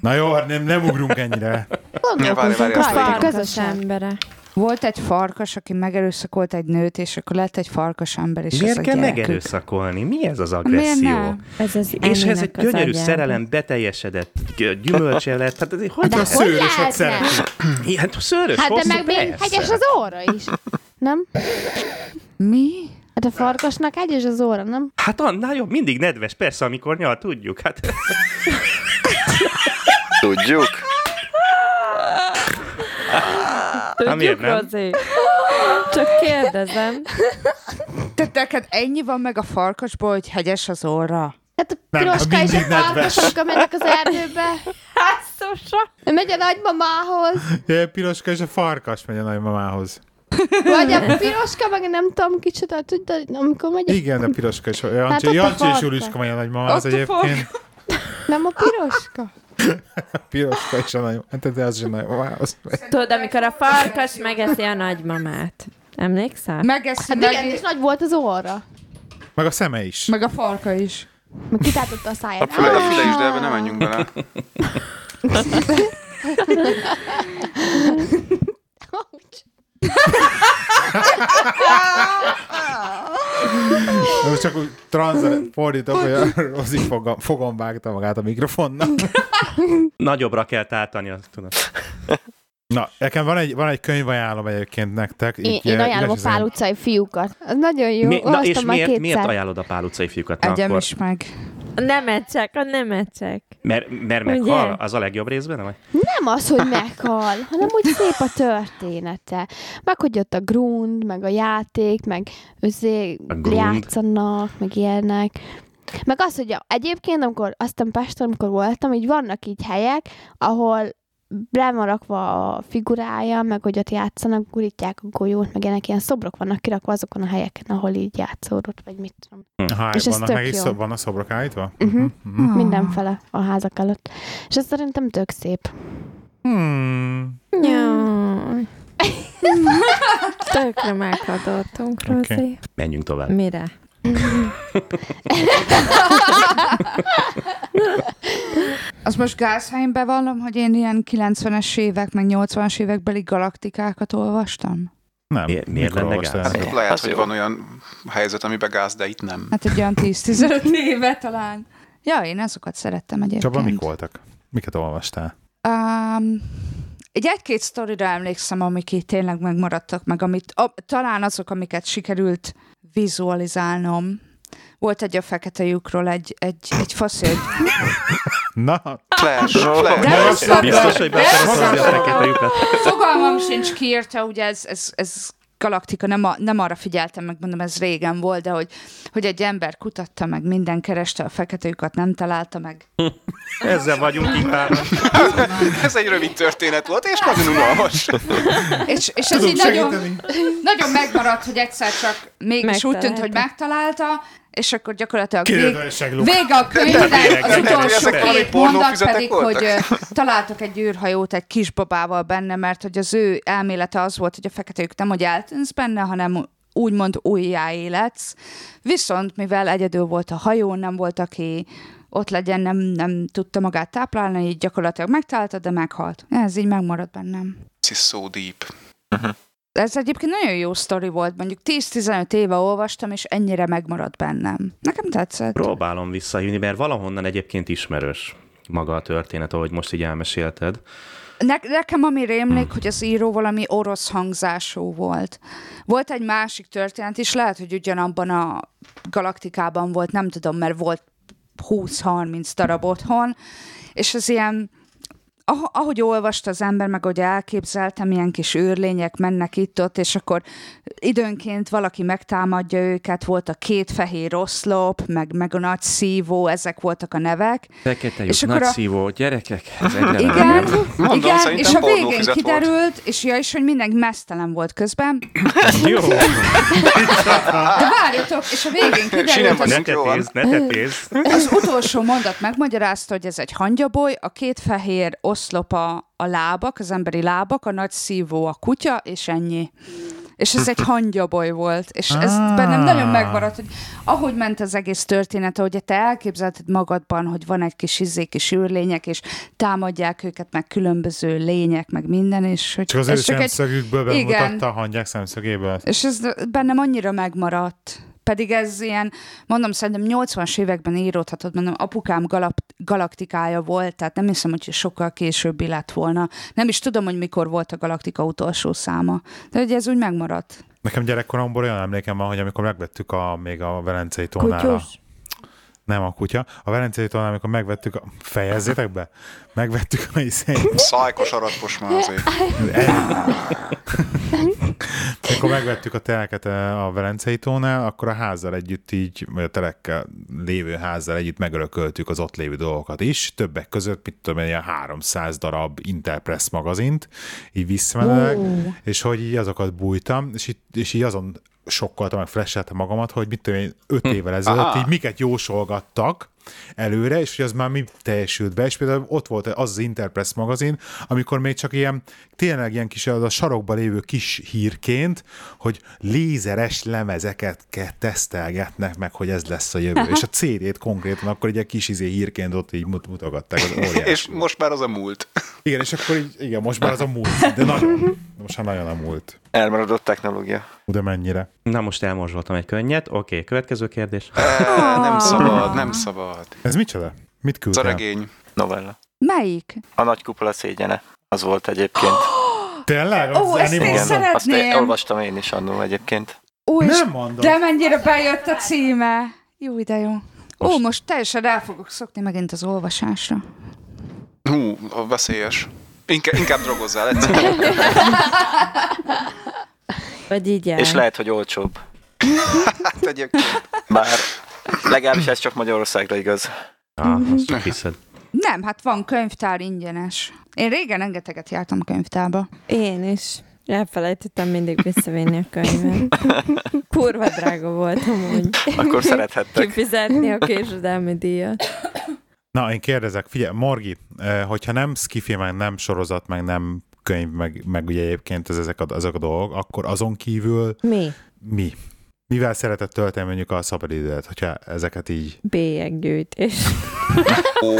S1: Na jó, hát nem, nem ugrunk ennyire.
S4: Gondolkozunk
S3: várj, azt
S4: rajta
S3: leírom.
S4: közös
S7: Közösen.
S4: embere.
S5: Volt egy farkas, aki megerőszakolt egy nőt, és akkor lett egy farkas ember, és ez
S2: Miért
S5: a
S2: kell
S5: gyerekük.
S2: megerőszakolni? Mi ez az
S5: Miért
S2: agresszió?
S5: ne?
S4: Ez az
S2: És ez
S4: Annie-nek
S2: egy
S4: az
S2: gyönyörű
S4: agyában.
S2: szerelem beteljesedett, gy- gyümölcse lett. Hát ez, hogy
S1: De a hát
S2: lehet?
S7: hogy
S1: szőröset
S7: lehetne?
S1: szeretjük.
S2: Ilyen szőrös,
S7: Hát de
S2: hosszú,
S7: meg még
S2: persze.
S7: hegyes az óra is. Nem?
S5: Mi?
S7: Hát a farkasnak hegyes az óra, nem?
S2: Hát annál jobb, mindig nedves, persze, amikor nyal, tudjuk. Hát
S6: Tudjuk?
S2: Hát miért
S4: Tudjuk,
S2: nem?
S4: Rozi? Csak kérdezem.
S5: Tehát neked ennyi van meg a farkasból, hogy hegyes az óra?
S7: Hát a
S1: Nem,
S7: piroska és a
S1: mindig nedves.
S7: farkas, amikor mennek az erdőbe. Hát,
S4: Hászosa.
S7: Ő megy a nagymamához,
S1: Ja, a piroska és a farkas megy a nagymamához.
S7: vagy a piroska, meg nem tudom kicsoda, tudod, amikor megy a
S1: Igen, de a piroska és a
S7: Hát
S1: Jancsi,
S7: ott a
S1: Jancsi és
S7: farkas.
S1: Juliska megy a nagymamához
S5: Ott a
S1: egyébként.
S7: Nem a piroska?
S1: A piroska és a nagymamához. Hát ez is a nagymamához. megy.
S4: Tudod, amikor a farkas megeszi a nagymamát. Emlékszel?
S5: Megeszi
S7: Hát
S5: meg,
S7: igen, és nagy volt az óra.
S1: Meg a szeme is.
S5: meg a farka is.
S7: Meg kitátotta a száját.
S3: A füle, a füle is, de ebbe nem menjünk bele.
S7: Ouch.
S1: De most csak úgy transzre fordítok, hogy a Rozi foga- fogon vágta magát a mikrofonnak.
S2: Nagyobbra kell tártani, azt tudom.
S1: Na, nekem van egy, van egy könyv ajánlom egyébként nektek.
S7: Én,
S1: Így,
S7: én
S1: eh,
S7: ajánlom a
S1: igazán-
S7: pál utcai fiúkat. Az nagyon jó.
S2: Mi, na és
S7: Olvastam már
S2: miért, miért
S7: kétszer.
S2: ajánlod a pál utcai fiúkat? Na,
S5: Egyem
S2: akkor,
S5: is meg.
S4: A nemecsek, a nemecsek.
S2: Mert, mert meghal,
S4: Ugye?
S2: az a legjobb részben, vagy?
S7: Nem az, hogy meghal, hanem úgy szép a története. Meg hogy ott a grund, meg a játék, meg özé
S2: A grund.
S7: játszanak, meg ilyenek. Meg az, hogy a- egyébként, amikor aztán Pesten, amikor voltam, így vannak így helyek, ahol rá van rakva a figurája, meg hogy ott játszanak, gurítják a golyót, meg ilyenek ilyen szobrok vannak kirakva azokon a helyeken, ahol így játszódott, vagy mit tudom.
S1: Aha,
S7: És ez
S1: vannak
S7: tök
S1: meg is
S7: jó.
S1: szob, vannak szobrok állítva?
S7: Uh-huh.
S1: Mhm.
S5: Ah.
S7: Mindenfele a házak előtt. És ez szerintem tök szép.
S1: Hmm.
S4: Jaj.
S5: Hmm.
S4: Tökre meghatottunk, Rozi.
S1: Oké.
S2: Menjünk tovább.
S4: Mire?
S7: Mm.
S5: Az most gázhelyén bevallom, hogy én ilyen 90-es évek, meg 80-as évekbeli galaktikákat olvastam.
S1: Nem.
S2: Miért- miért
S1: Mikor
S2: lenne
S1: olvastál
S2: gáz?
S1: ezeket?
S3: Lehet,
S6: Az
S3: hogy
S6: jó.
S3: van olyan helyzet, amiben gáz, de itt nem.
S5: Hát egy olyan 10-15 éve talán. Ja, én azokat szerettem egyébként.
S1: Csaba, mik voltak? Miket olvastál?
S5: Um, egy egy-két sztorira emlékszem, amik így tényleg megmaradtak, meg amit, a, talán azok, amiket sikerült vizualizálnom. Volt egy a fekete lyukról, egy, egy, egy faszél.
S1: Na,
S3: Flash,
S5: De
S3: flash.
S5: azt mondom,
S2: Biztos, hogy be akarsz hozni a fekete lyukat.
S5: Fogalmam sincs kiírta, ugye ez, ez, ez galaktika, nem, a, nem arra figyeltem, meg mondom, ez régen volt, de hogy, hogy egy ember kutatta, meg minden kereste a fekete lyukat, nem találta meg.
S2: Ezzel vagyunk inkább.
S3: Ez egy rövid történet volt, és nagyon unalmas.
S5: És, és ez így nagyon, nagyon megmaradt, hogy egyszer csak mégis úgy tűnt,
S4: Megtalálta.
S5: hogy megtalálta, és akkor gyakorlatilag vég,
S1: kérdőjeleség luk.
S5: vége a könyvnek, az
S3: tényleg,
S5: utolsó
S3: ezek valami
S5: két mondat
S3: pornófüzetek
S5: pedig,
S3: voltak?
S5: hogy ö, találtak egy űrhajót egy kisbabával benne, mert hogy az ő elmélete az volt, hogy a fekete lyuk nem, hogy eltűnsz benne, hanem úgymond újjáéletsz. Viszont mivel egyedül volt a hajó, nem volt, aki ott legyen, nem, nem tudta magát táplálni, így gyakorlatilag megtalálta, de meghalt. Ez így megmaradt bennem
S3: This is so deep.
S5: ez egyébként nagyon jó sztori volt, mondjuk 10-15 éve olvastam, és ennyire megmaradt bennem. Nekem tetszett.
S2: Próbálom visszahívni, mert valahonnan egyébként ismerős maga a történet, ahogy most így elmesélted.
S5: Ne- nekem ami rémlik, hogy az író valami orosz hangzású volt. Volt egy másik történet is, lehet, hogy ugyanabban a galaktikában volt, nem tudom, mert volt 20-30 darab otthon, és az ilyen ah- ahogy olvasta az ember, meg ahogy elképzeltem, ilyen kis őrlények mennek itt-ott, és akkor időnként valaki megtámadja őket, volt a két fehér oszlop, meg, meg a nagy szívó, ezek voltak a nevek,
S2: Fekete
S5: És
S2: lyuk,
S5: akkor
S2: nagy
S5: a-
S2: szívó, gyerekek, ez egyre
S5: igen,
S2: nem.
S3: Mondom,
S5: igen
S3: szerintem
S5: és a végén
S3: pornófüzet volt.
S5: kiderült, és ja is, hogy mindenki mesztelen volt közben.
S2: Jó,
S5: De várjatok, és a végén
S3: Sinem
S5: kiderült,
S3: vagy.
S5: az,
S2: ne tetézz, ne tetézz.
S5: az utolsó mondat megmagyarázta, hogy ez egy hangyaboly, a két fehér oszlop a, a lábak, az emberi lábak, a nagy szívó a kutya, és ennyi. És ez egy hangyaboly volt, és ez
S1: Ah.
S5: bennem nagyon megmaradt, hogy ahogy ment az egész történet, ahogy te elképzelted magadban, hogy van egy kis izzé, kis űrlények, és támadják őket, meg különböző lények, meg minden, és hogy
S1: Csak az ő
S5: ez egy
S1: szemszögükből bemutatta
S5: Igen.
S1: a hangyák szemszögéből.
S5: és ez bennem annyira megmaradt. Pedig ez ilyen, mondom, szerintem 80-as években íródhatott, mondom, apukám galap- galaktikája volt, tehát nem hiszem, hogy sokkal későbbi lett volna. Nem is tudom, hogy mikor volt a galaktika utolsó száma. De ugye ez úgy megmaradt.
S1: Nekem gyerekkoromból olyan emlékem van, hogy amikor megvettük a, még a Velencei tónára.
S4: Kutyus?
S1: Nem a kutya. A Velencei tónál, amikor megvettük a... Fejezzétek be! Megvettük a izét.
S3: Szájkos aratpos már azért.
S1: Amikor megvettük a teleket eh, a Velencei tónál, akkor a házzal együtt így, vagy a telekkel lévő házzal együtt megörököltük az ott lévő dolgokat is. Többek között, mit tudom, én, ilyen 300 darab Interpress magazint, így visszamenőleg, és hogy így azokat bújtam, és, így, és így azon sokkoltam, meg flasheltem magamat, hogy mit tudom én, öt évvel ezelőtt így miket jósolgattak, előre, és hogy az már mi teljesült be, és például ott volt az az Interpress magazin, amikor még csak ilyen, tényleg ilyen kis, az a sarokban lévő kis hírként, hogy lézeres lemezeket ke- tesztelgetnek meg, hogy ez lesz a jövő. Aha. És a CD-t konkrétan akkor egy ilyen kis izé hírként ott így mut- mutogatták az óriás.
S3: És most már az a múlt.
S1: Igen, és akkor így, igen, most már az a múlt, de nagyon, most már nagyon a múlt.
S6: Elmaradott technológia.
S1: Ú, De mennyire.
S2: Na most elmorzsoltam egy könnyet. Oké, okay, következő kérdés.
S3: Eh, Nem szabad, nem szabad.
S1: Ez micsoda? Mit
S3: Ez a
S1: küldtem?
S3: regény.
S6: Novella.
S5: Melyik?
S6: A nagy kupola szégyene. Az volt egyébként.
S1: Tényleg?
S5: Ó,
S1: Az
S5: ezt
S1: Animal
S5: én
S1: Zone?
S5: szeretem.
S6: Azt én
S5: Szeretném.
S6: olvastam én is annó egyébként.
S5: Ó, és
S1: Nem mondom.
S5: de mennyire bejött a címe. Jó, ide jó. Ó, most teljesen rá fogok szokni megint az olvasásra.
S3: Hú, a veszélyes. Inkább, inkább drogozzál egyszer.
S4: Vagy így el.
S6: És lehet, hogy olcsóbb.
S3: Hát egyébként.
S6: Bár legalábbis ez csak Magyarországra igaz.
S2: Ah, azt csak hiszed.
S5: Nem, hát van könyvtár ingyenes. Én régen rengeteget jártam a könyvtárba.
S4: Én is. Elfelejtettem mindig visszavinni a könyvet. Kurva drága volt amúgy
S6: Akkor szerethettek.
S4: kifizetni a késvedelmi díjat.
S1: Na, én kérdezek, figyelj, Morgi, eh, hogyha nem skifi, meg nem sorozat, meg nem könyv, meg, meg ugye egyébként ez, ezek, a, ezek a dolgok, akkor azon kívül
S4: Mi?
S1: mi? Mivel szeretett tölteni mondjuk a szabadidőt, hogyha ezeket így...
S4: Bélyeggyűjtés.
S3: Ó,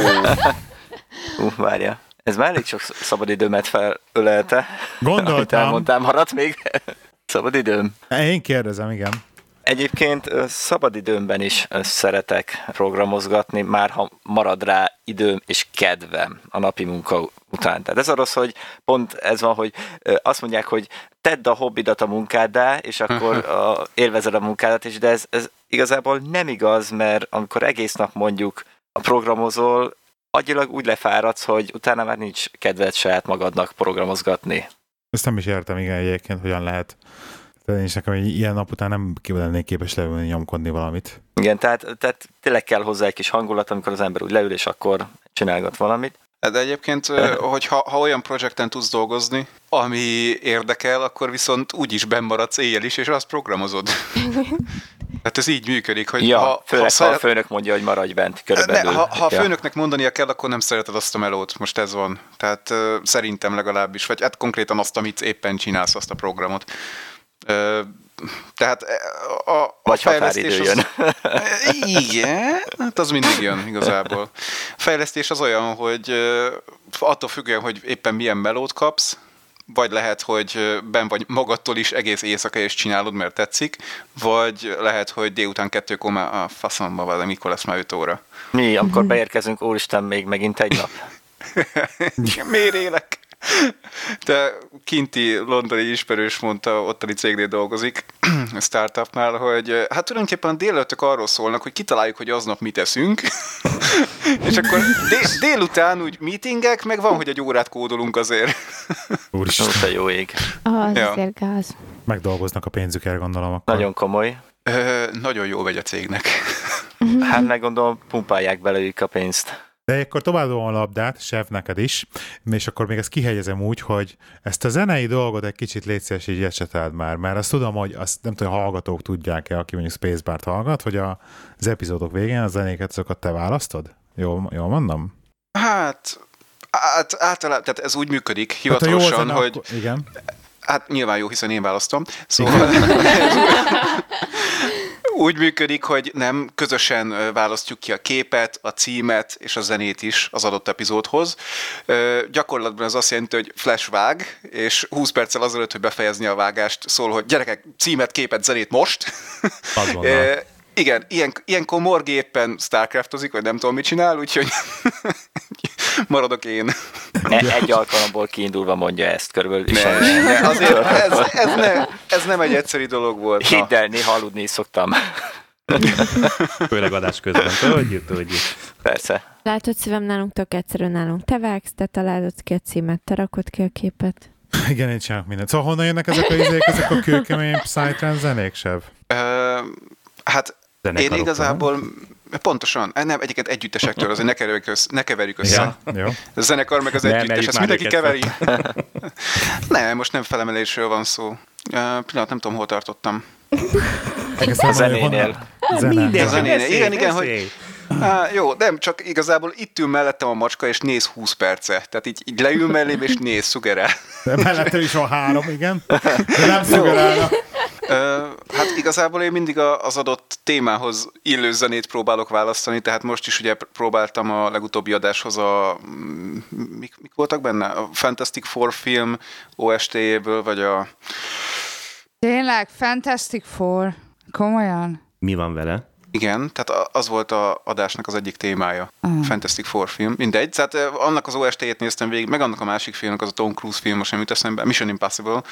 S6: Ú, várja. Ez már elég sok szabadidőmet felölelte. Amit
S1: Gondoltam, Eh,
S6: elmondtam, maradt még szabadidőm.
S1: én kérdezem, igen.
S6: Egyébként ö, szabadidőmben is ö, szeretek programozgatni, már ha marad rá időm és kedvem a napi munka után. Tehát ez a rossz, hogy pont ez van, hogy ö, azt mondják, hogy tedd a hobbidat a munkáddá, és akkor a, élvezed a munkádat is, de ez, ez igazából nem igaz, mert amikor egész nap mondjuk a programozol, agyilag úgy lefáradsz, hogy utána már nincs kedved saját magadnak programozgatni.
S1: Ezt nem is értem, igen, egyébként, hogyan lehet. Tehát én is nekem egy ilyen nap után nem ki- lennék képes leülni nyomkodni valamit.
S6: Igen, tehát, tehát tényleg kell hozzá egy kis hangulat, amikor az ember úgy leül, és akkor csinálgat valamit.
S3: Hát de egyébként, ö, hogyha ha olyan projekten tudsz dolgozni, ami érdekel, akkor viszont úgyis bennmaradsz éjjel is, és azt programozod. Hát ez így működik, hogy
S6: Ja,
S3: ha,
S6: ha, főleg ha,
S3: szeret-
S6: a főnök mondja, hogy maradj bent
S3: ne,
S6: körülbelül.
S3: ha, ha a
S6: ja.
S3: főnöknek mondania kell, akkor nem szereted azt a melót, most ez van. Tehát ö, szerintem legalábbis, vagy hát konkrétan azt, amit éppen csinálsz, azt a programot. Ö, tehát ö, a, a
S6: Vagy
S3: fejlesztés
S6: határidő jön.
S3: Az, igen, hát az mindig jön igazából. A fejlesztés az olyan, hogy ö, attól függően, hogy éppen milyen melót kapsz, vagy lehet, hogy ö, ben vagy magadtól is egész éjszaka és csinálod, mert tetszik, vagy lehet, hogy délután kettőkor már a faszomba van, mikor lesz már 5 óra.
S6: Mi, amikor beérkezünk, úristen, még megint egy nap.
S3: Miért élek? De kinti londoni ismerős mondta, ottani cégnél dolgozik, a startupnál, hogy eh, hát tulajdonképpen a délelőttök arról szólnak, hogy kitaláljuk, hogy aznap mit eszünk, és akkor dé- délután úgy meetingek, meg van, hogy egy órát kódolunk azért.
S1: Úristen,
S6: Most a jó ég.
S7: Az
S3: Ja.
S7: azért gáz.
S1: megdolgoznak a pénzükért, gondolom akkor.
S6: Nagyon komoly.
S3: Ö, nagyon jó vegy a cégnek.
S6: Hát meg gondolom, pumpálják belőlük a pénzt.
S1: De akkor továbbadom a labdát, Sev, neked is, és akkor még ezt kihegyezem úgy, hogy ezt a zenei dolgot egy kicsit légy szíves, így ecseteld már, mert azt tudom, hogy azt nem tudom, hogy hallgatók tudják-e, aki mondjuk Spacebart hallgat, hogy a, az epizódok végén a zenéket azokat te választod? Jól, jól mondom?
S3: Hát, át, általában, tehát ez úgy működik
S1: Tehát, ha
S3: hivatalosan,
S1: zene,
S3: hogy
S1: Akkor, igen.
S3: Hát nyilván jó, hiszen én választom. Szóval úgy működik, hogy nem közösen ö, választjuk ki a képet, a címet és a zenét is az adott epizódhoz. Ö, Gyakorlatban ez azt jelenti, hogy flash vág, és 20 perccel azelőtt, hogy befejezni a vágást, szól, hogy gyerekek, címet, képet, zenét most.
S2: Azonnal.
S3: Ö, Igen, ilyen, ilyenkor Morgi éppen Starcraftozik, vagy nem tudom, mit csinál, úgyhogy maradok én.
S6: E- egy alkalomból kiindulva mondja ezt körülbelül.
S3: Ne,
S6: és sajnos-
S3: ne, azért ez, ez, ne, ez nem egy egyszerű dolog volt. Na.
S6: hát Hidd el, néha aludni is szoktam.
S2: Főleg adás közben. Tudjuk, tudjuk.
S6: Persze.
S4: Látod szívem, nálunk tök egyszerű, nálunk te vágsz, te találod ki a címet, te rakod ki a képet.
S1: Igen, én csinálok mindent. Szóval honnan jönnek ezek a izék, ezek a kőkemény Psytrance zenék, Seb?
S3: Ö, hát én
S2: Zenekarokra,
S3: igazából Pontosan, eh, nem, egyiket együttesektől, azért ne keverjük össze. Ne keverjük össze.
S2: Ja.
S3: Ja.
S1: Jó.
S3: A zenekar meg az
S2: Ne emeljük
S3: együttes, ezt
S2: már
S3: mindenki
S2: őket
S3: keveri. nem, most nem felemelésről van szó. Uh, pillanat, nem tudom, hol tartottam.
S1: Elkezdtem
S6: A
S1: mondani, hogy
S6: zenénél.
S1: honnan- Zene.
S3: A zenénél.
S2: beszélj,
S3: Igen, igen, hogy-
S2: beszélj.
S3: Á, jó, nem, csak igazából itt ül mellettem a macska, és néz 20 perce. Tehát így, így leül mellém, és néz, szugerál.
S1: De mellette is van három, igen. De nem szugerálna.
S3: Ö, hát igazából én mindig a- az adott témához illő zenét próbálok választani, tehát most is ugye pr- próbáltam a legutóbbi adáshoz a... mm, Mik, mik voltak benne? A Fantastic Four film OST-jéből, vagy a...
S5: Tényleg, Fantastic Four. Komolyan?
S2: Mi van vele?
S3: Igen, tehát a- az volt a adásnak az egyik témája. Fantastic Four film, mindegy. Tehát ö, annak az OST-jét néztem végig, meg annak a másik filmnek, az a Tom Cruise film, most nem jut eszembe, Mission Impossible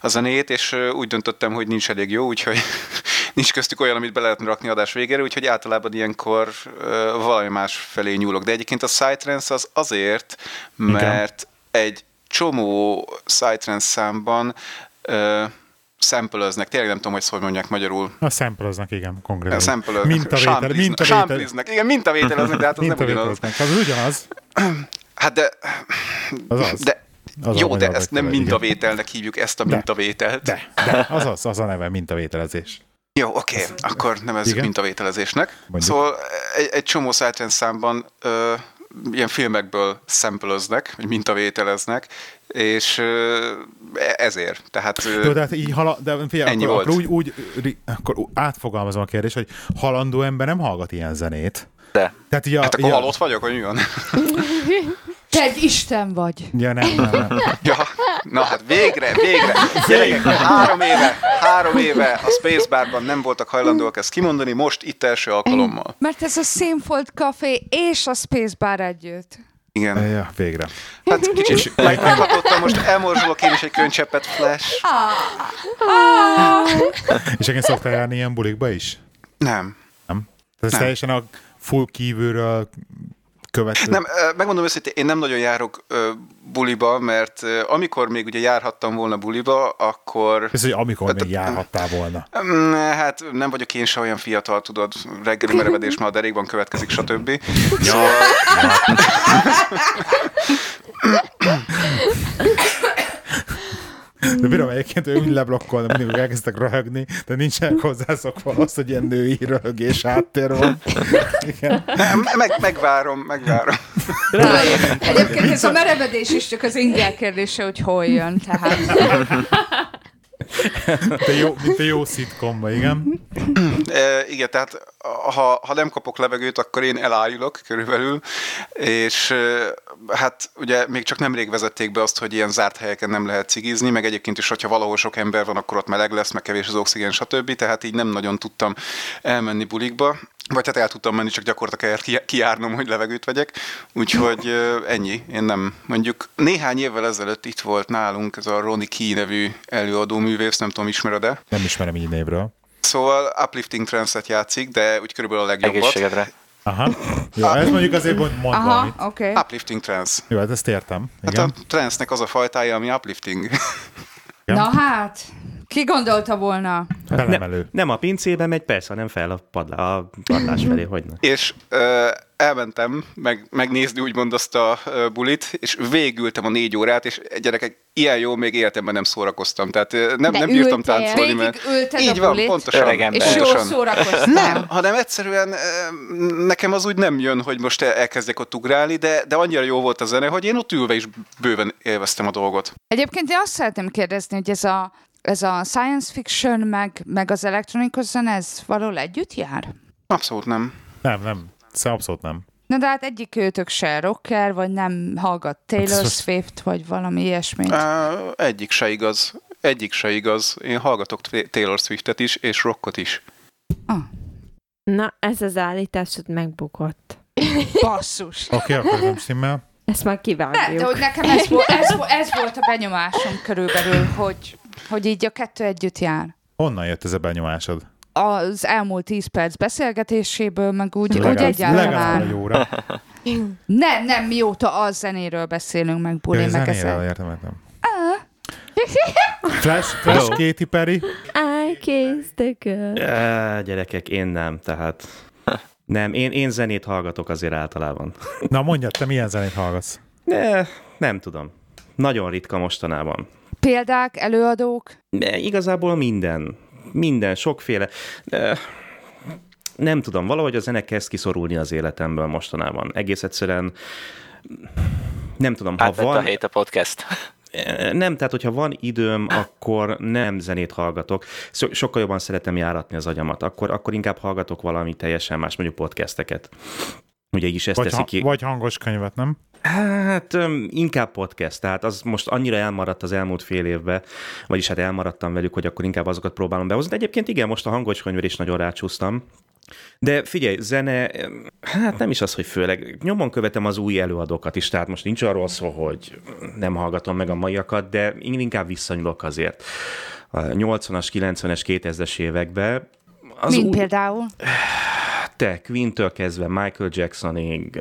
S3: a zenét, és ö, úgy döntöttem, hogy nincs elég jó, úgyhogy nincs köztük olyan, amit be lehetne rakni adás végére, úgyhogy általában ilyenkor ö, valami más felé nyúlok. De egyébként a Psytrance az azért, mert egy csomó Psytrance számban ö, szempölöznek, tényleg nem tudom, hogy szóval mondják magyarul,
S1: A samploznak, igen, konkrétan.
S3: Szempelők.
S1: Mintavétel, mintavétel.
S3: Igen, mintavételeznek, de hát az nem ugyanaz.
S1: Mintavételeznek. Az ugyanaz.
S3: Hát de...
S1: Az az.
S3: de
S1: Az
S3: az
S1: a
S3: jó, de
S1: magyar
S3: ezt nem
S1: megfelelő,
S3: mintavételnek hívjuk, ezt a
S1: De.
S3: mintavételt.
S1: De, de, az az, az a neve, mintavételezés.
S3: Jó, oké, okay. akkor nevezzük
S1: Igen.
S3: Igen? mintavételezésnek.
S1: Mondjuk.
S3: Mondjuk. Szóval egy, egy csomó Silent számban ö, ilyen filmekből szempelöznek, vagy mintavételeznek, és ö, e, ezért. Tehát ö,
S1: Jó, de hát így hala, de figyelj,
S3: Ennyi
S1: akkor, akkor, úgy,
S3: volt.
S1: úgy, ri- akkor ú- átfogalmazom a kérdést, hogy halandó ember nem hallgat ilyen zenét.
S6: De.
S1: Tehát így a,
S3: hát akkor
S1: így a-
S3: halott vagyok, hogy mi van?
S5: Te egy isten vagy.
S1: Ja, nem, nem, nem.
S3: Ja, na hát végre, végre. Gyerekek, három éve, három éve a Spacebarban nem voltak hajlandóak ezt kimondani, most itt első alkalommal.
S5: Mert ez a Színfolt Café és a Space Bar együtt.
S3: Igen.
S1: Ja, végre.
S3: Hát kicsit meg- meghatottam, most elmorzsolok én is egy könycseppet flash.
S1: És egyébként szoktál járni ilyen bulikba is?
S3: Nem.
S1: Nem? Ez
S3: Nem.
S1: teljesen a full kívülről követő.
S3: Nem, ö, megmondom őszintén, én nem nagyon járok ö, buliba, mert ö, amikor még ugye járhattam volna buliba, akkor...
S1: Ez, hogy amikor
S3: Hát-
S1: még járhattál volna.
S3: Mm, Hát nem vagyok én se olyan fiatal, tudod, reggeli merevedés már a derékban következik, stb. Szóval...
S1: De bírom egyébként, ő úgy leblokkolna, mindig amikor elkezdtek röhögni, de nincsenek hozzászokva az, hogy ilyen női röhögés háttér van. Igen.
S3: Nem, meg, megvárom, megvárom.
S5: Egyébként ez a merevedés is csak az ingyen kérdése, hogy hol jön. Tehát
S1: Te jó, mint a jó szitkomba, igen.
S3: E, igen, tehát ha, ha nem kapok levegőt, akkor én elájulok körülbelül, és e, hát ugye még csak nemrég vezették be azt, hogy ilyen zárt helyeken nem lehet cigizni, meg egyébként is, hogyha valahol sok ember van, akkor ott meleg lesz, meg kevés az oxigén, stb. Tehát így nem nagyon tudtam elmenni bulikba, vagy hát el tudtam menni, csak gyakorta kellett ki- kijárnom, hogy levegőt vegyek. Úgyhogy e, ennyi, én nem. Mondjuk néhány évvel ezelőtt itt volt nálunk ez a Ronnie Key nevű előadó művész, nem tudom, ismered-e?
S1: Nem ismerem így névről.
S3: Szóval Uplifting Trance-et játszik, de úgy körülbelül a legjobbat.
S6: Egészségedre.
S1: Aha. Jó, ez mondjuk azért mond, mond valamit.
S5: Aha, oké. Okay.
S3: Uplifting Trance.
S1: Jó, hát ezt értem.
S3: Hát
S1: Igen.
S3: a trance-nek az a fajtája, ami uplifting.
S5: Na hát, Ki gondolta volna?
S1: hát Felemelő.
S2: Nem a pincébe megy, persze, hanem fel a, padlá, a padlás felé, hogy ne.
S3: És ö, elmentem meg, megnézni úgymond azt a ö, bulit, és végültem a négy órát, és gyerekek, ilyen jó még életemben nem szórakoztam. Tehát ö, nem,
S7: De
S3: nem bírtam
S7: ültél.
S3: táncolni,
S5: Végig
S3: mert...
S5: ülted
S3: Így
S5: a
S3: van,
S5: bulit,
S3: pontosan.
S6: Öreg ember.
S5: és jól
S3: pontosan.
S5: szórakoztál.
S3: Nem, hanem egyszerűen ö, nekem az úgy nem jön, hogy most elkezdjek ott ugrálni, de, de annyira jó volt a zene, hogy én ott ülve is bőven élveztem a dolgot.
S5: Egyébként én azt szeretném kérdezni, hogy ez a, ez a science fiction, meg, meg az elektronikus zene, ez valahol együtt jár?
S3: Abszolút nem.
S1: Nem, nem. Szóval abszolút nem.
S5: Na de hát egyik őtök se rocker, vagy nem hallgat Taylor
S1: most-
S5: Swift, vagy valami ilyesmit.
S3: Á, egyik se igaz. Egyik se igaz. Én hallgatok T- Taylor Swiftet is, és rockot is.
S5: Ah.
S4: Na, ez az állításod megbukott.
S5: Basszus!
S1: Oké, okay, akkor nem stimmel.
S4: Ezt már
S5: Ne, de
S4: kivágjuk.
S5: hogy nekem ez, volt, ez, vo- ez volt a benyomásom körülbelül, hogy, hogy így a kettő együtt jár.
S1: Honnan jött ez a benyomásod?
S5: Az elmúlt 10 perc beszélgetéséből, meg úgy, úgy
S1: Legalább- legalább
S5: egyáltalán.
S1: egy óra.
S5: Nem, nem, mióta a zenéről beszélünk, meg
S1: Jó,
S5: buli,
S1: ez
S5: meg
S1: zenére,
S5: ezzel.
S1: értem, értem. Flash, Flash Katy Perry.
S4: I kissed the girl.
S2: Á, gyerekek, én nem, tehát... Nem, én, én zenét hallgatok azért általában.
S1: Na mondjad, te milyen zenét hallgatsz?
S2: Ne, nem tudom. Nagyon ritka mostanában.
S5: Példák, előadók,
S2: De igazából minden. Minden, sokféle. De nem tudom, valahogy a zene kezd kiszorulni az életemből mostanában. Egész egyszerűen nem tudom, ha
S6: Átvette
S2: van...
S6: Hát, a hét a podcast.
S2: Nem, tehát hogyha van időm, akkor nem zenét hallgatok. So- sokkal jobban szeretem járatni az agyamat. Akkor, akkor inkább hallgatok valami teljesen más, mondjuk podcasteket. Ugye így is ezt
S1: Vagy,
S2: teszi
S1: ha,
S2: ki.
S1: vagy hangos könyvet, nem?
S2: Hát öm, inkább podcast, tehát az most annyira elmaradt az elmúlt fél évben, vagyis hát elmaradtam velük, hogy akkor inkább azokat próbálom behozni. De egyébként igen, most a hangos könyvre is nagyon rácsúsztam. De figyelj, zene, öm, hát nem is az, hogy főleg. Nyomon követem az új előadókat is, tehát most nincs arról szó, hogy nem hallgatom meg a maiakat, de én inkább visszanyúlok azért. A 80-as, 90-es, 2000-es években az
S5: mint
S2: új,
S5: például.
S2: te, Queen-től kezdve Michael Jacksonig,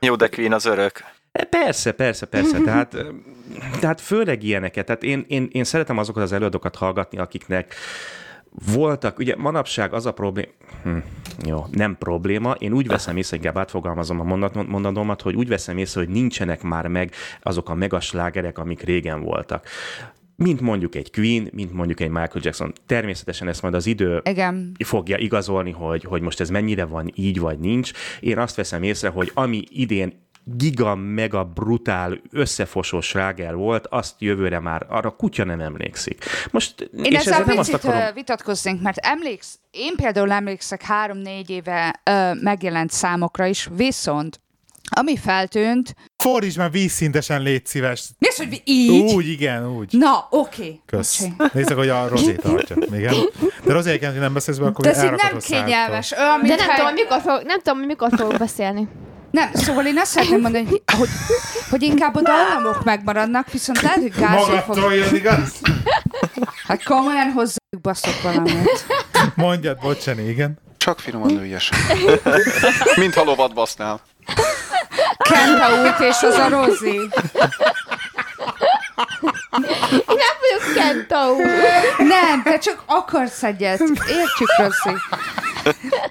S6: Jó, de Queen az örök.
S2: E, Persze, persze, persze. Tehát, ö, tehát főleg ilyeneket. Tehát én, én, én szeretem azokat az előadókat hallgatni, akiknek voltak, ugye manapság az a probléma, hm, jó, nem probléma, én úgy veszem észre, inkább átfogalmazom a mondat, mondanomat, hogy úgy veszem észre, hogy nincsenek már meg azok a megaslágerek, amik régen voltak. Mint mondjuk egy Queen, mint mondjuk egy Michael Jackson. Természetesen ezt majd az idő
S5: Igen.
S2: fogja igazolni, hogy, hogy most ez mennyire van így, vagy nincs. Én azt veszem észre, hogy ami idén giga, mega brutál, összefosó sláger volt, azt jövőre már arra kutya nem emlékszik. Most,
S5: Én
S2: és
S5: ezzel,
S2: ezzel
S5: ezzel
S2: nem azt
S5: picit
S2: akarom...
S5: akarom... vitatkoznénk, mert emléksz, én például emlékszek három-négy éve ö, megjelent számokra is, viszont ami feltűnt,
S1: Fordíts már vízszintesen, légy szíves.
S5: mi az, hogy így?
S1: Úgy, igen, úgy.
S5: Na, oké. Okay.
S1: Kösz. Nézzük, hogy a Rozé tartja. Igen. De Rozé, egyébként, ha nem beszélsz be, akkor
S5: De ez így
S1: elrakod
S5: nem
S1: a szádtól.
S5: kényelmes. Olyan,
S7: De
S5: mint
S7: nem
S5: ha-
S7: tudom, hogy mikor fog, nem tudom, hogy mikor fogok beszélni.
S5: Nem, szóval én azt szeretném mondani, hogy, hogy, hogy inkább a dallamok megmaradnak, viszont lehet, hogy gázol
S1: Magadtól
S5: fog.
S1: jön, igaz?
S5: Hát komolyan hozzájuk baszok valamit.
S1: Mondjad, bocsani, igen.
S3: Csak finoman nőies. Mint ha lovat basznál.
S5: Kenta út és az a Rozi.
S7: Én nem vagyok Kentau.
S5: Nem, te csak akarsz egyet. Értjük, Rozi.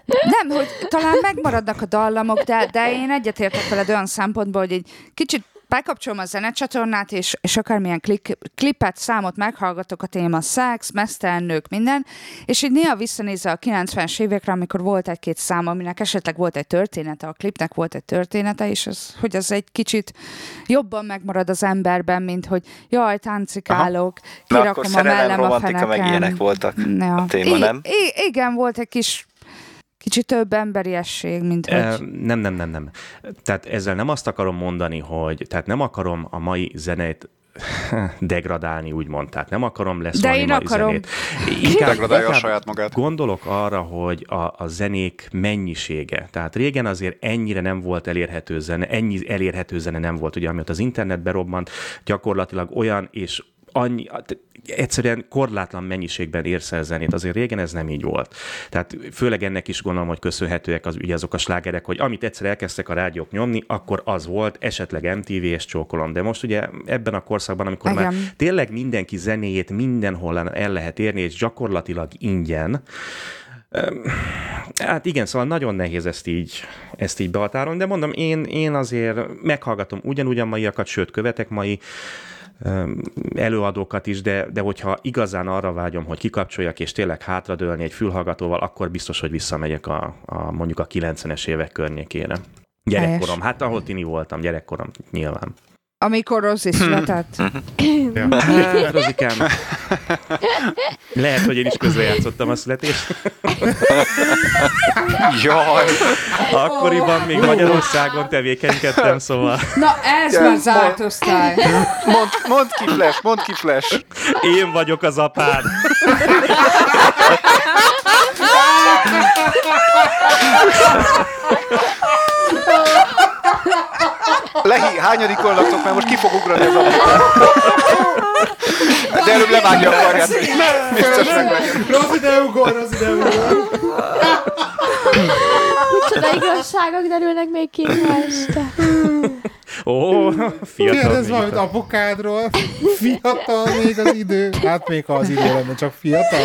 S5: Nem, hogy talán megmaradnak a dallamok, de, de én egyetértek veled olyan szempontból, hogy egy kicsit bekapcsolom a zenecsatornát, és, és akármilyen klik, klipet, számot meghallgatok a téma szex, mesztelen nők, minden, és így néha visszanézve a 90-es évekre, amikor volt egy-két szám, aminek esetleg volt egy története, a klipnek volt egy története, és az, hogy az egy kicsit jobban megmarad az emberben, mint hogy jaj, táncikálok,
S6: Na
S5: kirakom
S6: akkor
S5: a
S6: szerelem,
S5: mellem a
S6: romantika, meg ilyenek
S5: feneken.
S6: voltak.
S5: Ja.
S6: a téma, nem?
S5: I- igen, volt egy kis kicsit több emberiesség, mint hogy...
S2: Ö, Nem, nem, nem, nem. Tehát ezzel nem azt akarom mondani, hogy tehát nem akarom a mai zenét degradálni, úgymond. Tehát nem akarom lesz
S5: De én
S2: mai
S5: akarom.
S2: zenét. Inkább,
S3: Degradálja a saját magát.
S2: Gondolok arra, hogy a, a zenék mennyisége. Tehát régen azért ennyire nem volt elérhető zene, ennyi elérhető zene nem volt, ugye, ami ott az internet berobbant, gyakorlatilag olyan és annyi, hát egyszerűen korlátlan mennyiségben érsz el zenét, azért régen ez nem így volt. Tehát főleg ennek is gondolom, hogy köszönhetőek az, ugye azok a slágerek, hogy amit egyszer elkezdtek a rádiók nyomni, akkor az volt, esetleg MTV és csókolom. De most ugye ebben a korszakban, amikor Igen. már
S5: Igen.
S2: tényleg mindenki zenéjét mindenhol el lehet érni, és gyakorlatilag ingyen, Öm, Hát igen, szóval nagyon nehéz ezt így, ezt így behatárolni, de mondom, én, én azért meghallgatom ugyanúgy a maiakat, sőt, követek mai öm, előadókat is, de, de hogyha igazán arra vágyom, hogy kikapcsoljak, és tényleg hátradőlni egy fülhallgatóval, akkor biztos, hogy visszamegyek a, a mondjuk a 90-es évek környékére. Gyerekkorom, hát ahol tini voltam, gyerekkorom, nyilván.
S5: Amikor Rozi született.
S2: Hát, Rozikám, lehet, hogy én is közrejátszottam a születést.
S3: Jaj,
S2: Akkoriban még Magyarországon tevékenykedtem, szóval
S5: Na ez
S3: Ja,
S5: már
S3: ma-
S5: zárt osztály.
S3: mondd, mondd ki Flash, mondd ki Flash.
S2: én vagyok az apád.
S3: Lehi, hányadik laktok, mert most ki fog ugrani az ablakon. De előbb levágja a karját. Biztos meglegyen.
S1: Rossz ide ugor, rossz ide ugor.
S7: Micsoda igazságok derülnek még ki ma este.
S2: Ó, fiatal.
S1: Kérdezz
S2: még.
S1: valamit apukádról. Fiatal még az idő. Hát még ha az idő lenne, csak fiatal.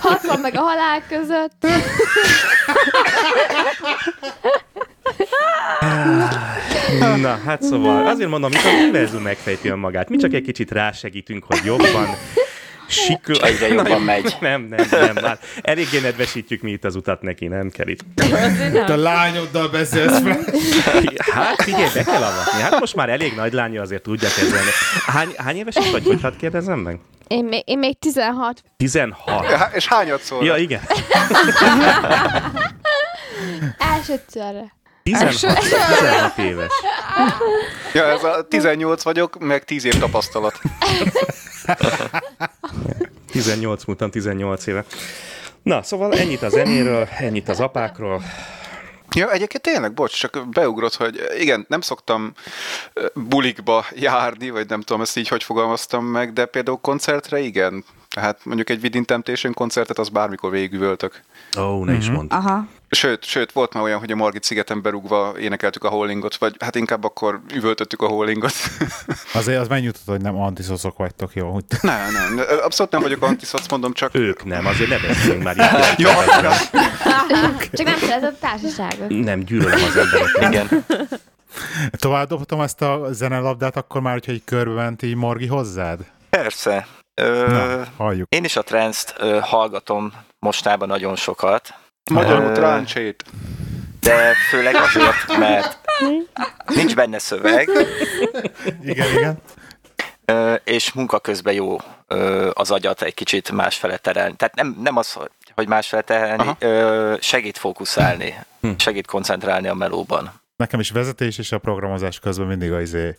S7: 60 Hát meg a halál között.
S2: Na, hát szóval azért mondom, itt az univerzum megfejti önmagát. Mi csak egy kicsit rásegítünk, hogy jobban sikül.
S6: Egyre jobban megy.
S2: Nem, nem, nem. Már eléggé nedvesítjük mi itt az utat neki, nem kell itt.
S1: Te a lányoddal beszélsz.
S2: Hát figyelj, be kell avatni. Hát most már elég nagy lánya azért tudja kezelni. Hány, hány éves is vagy, hogy hadd kérdezem meg?
S7: Én még, én még 16.
S2: 16.
S3: Há- És hányat szól?
S2: Ja, igen.
S7: Elsőszörre.
S2: 16, 16 éves.
S3: Ja, ez a 18 vagyok, meg 10 év tapasztalat.
S2: 18 múltam, 18 éve. Na, szóval ennyit a zenéről, ennyit az apákról.
S3: Ja, egyébként tényleg, bocs, csak beugrott, hogy igen, nem szoktam ö, bulikba járni, vagy nem tudom, ezt így hogy fogalmaztam meg, de például koncertre igen. Tehát mondjuk egy Within Temptation koncertet az bármikor végigüvöltök.
S2: Ó, oh, ne is mondd.
S5: Aha.
S3: Sőt, sőt, volt már olyan, hogy a Margit szigeten berúgva énekeltük a holingot, vagy hát inkább akkor üvöltöttük a holingot.
S1: Azért az megnyugtató, hogy nem antiszoszok vagytok, jó? Hogy
S3: nem, nem, abszolút nem vagyok antiszoc, mondom csak.
S2: Ők nem, azért ne beszéljünk már így.
S3: Jó,
S7: Csak nem szeretett társaságot.
S2: Nem, gyűlölöm az embereket.
S6: Igen.
S1: Tovább dobhatom ezt a zenelabdát, akkor már, hogyha egy körbe ment így Morgi hozzád?
S6: Persze. Ö,
S1: Halljuk.
S6: én is a trendst ö, hallgatom mostában nagyon sokat.
S3: magyarul
S6: Ö,
S3: tráncsét.
S6: de főleg azért, mert nincs benne szöveg,
S1: Igen, igen.
S6: ö, és munka közben jó ö, az agyat egy kicsit másfele terelni. Tehát nem, nem az, hogy- hogy másfele terelni,
S3: Aha.
S6: ö, segít fókuszálni, segít koncentrálni a melóban.
S1: Nekem is vezetés és a programozás közben mindig az izé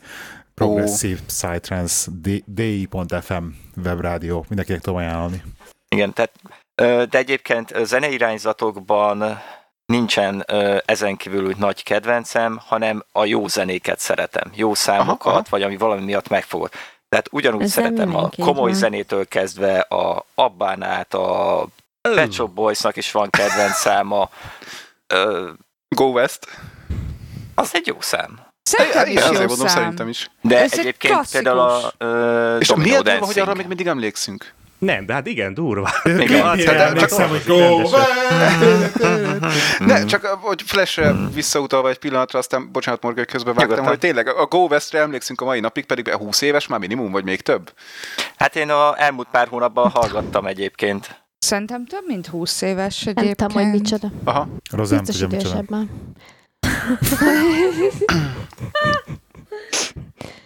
S1: Progressive Psytrance D- DI.fm webrádió. Mindenkinek tudom ajánlani.
S6: Igen, tehát, ö, de egyébként ö, zeneirányzatokban nincsen ö, ezen kívül úgy nagy kedvencem, hanem a jó zenéket szeretem, jó számokat,
S3: aha.
S6: vagy ami valami miatt megfogott. Tehát ugyanúgy
S4: Ezzel
S6: szeretem a
S4: mindenki így
S6: komoly
S4: van.
S6: zenétől kezdve, a Abbán át, a Pet Shop Boysnak is van kedvenc száma. Ö,
S3: Go West.
S6: az egy jó szám.
S5: Szerintem
S3: Igen,
S5: is
S3: azért
S5: jó
S3: mondom, szerintem
S5: szám.
S3: is.
S6: De
S5: Ez egy
S6: egyébként
S5: klasszikus.
S6: például a ö,
S3: És
S6: Domino
S3: miért durva, hogy
S6: Dancing.
S3: arra még mindig emlékszünk?
S2: Nem, de hát igen, durva.
S6: Igen,
S2: az,
S1: Én
S3: hát
S1: emlékszem, hogy
S2: hogy
S1: go!
S2: rendesen.
S3: Ne, csak hogy Flash-re visszautalva egy pillanatra, aztán bocsánat, Morgan, hogy közben vágtam,
S6: Nyugodtan.
S3: hogy tényleg a Go Westre emlékszünk a mai napig, pedig 20 éves már minimum, vagy még több.
S6: Hát én a elmúlt pár hónapban hallgattam egyébként.
S5: Szerintem több mint 20 éves
S7: Nem
S5: egyébként.
S7: tudom, hogy micsoda.
S3: Aha.
S1: Rozám
S7: Biztos
S1: tudja, micsoda.
S7: idősebb már.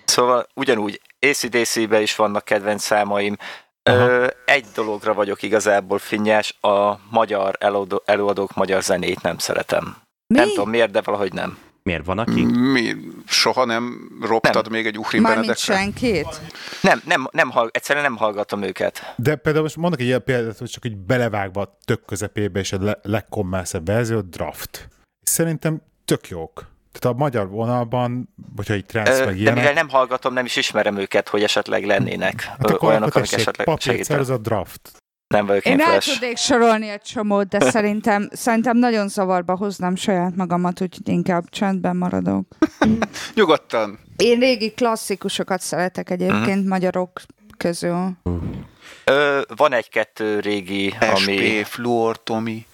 S6: Szóval ugyanúgy ACDC-be is vannak kedvenc számaim. Ö, egy dologra vagyok igazából finnyás, a magyar előadó, előadók magyar zenét nem szeretem.
S5: Mi?
S6: Nem tudom miért, de valahogy nem.
S2: Miért van aki?
S3: Mi soha nem roptad
S6: Nem.
S3: még egy Uhrin
S5: Mármint
S3: Benedekre?
S5: senkit?
S6: Nem, nem, nem hall, egyszerűen nem hallgatom őket.
S1: De például most mondok egy ilyen példát, hogy csak így belevágva a tök közepébe, és a le- legkommerszebb verzió, a draft. Szerintem tök jók. Tehát Tehát a magyar vonalban, hogyha így trendsz meg
S6: Ö, de mivel
S1: ilyenek,
S6: nem hallgatom, nem is ismerem őket, hogy esetleg lennének
S1: hát
S6: ö,
S1: akkor,
S6: olyanok,
S1: akkor
S6: amik
S1: tessék,
S6: esetleg
S1: papírt
S6: segítenek.
S1: szerez a draft.
S6: Nem vagyok én
S5: Én el
S6: flash.
S5: tudnék sorolni egy csomót, de szerintem, szerintem nagyon zavarba hoznám saját magamat, úgyhogy inkább csendben maradok.
S3: Nyugodtan.
S5: Én régi klasszikusokat szeretek egyébként magyarok közül.
S6: Ö, van egy-kettő régi, ami...
S3: SP, Fluor, Tomi.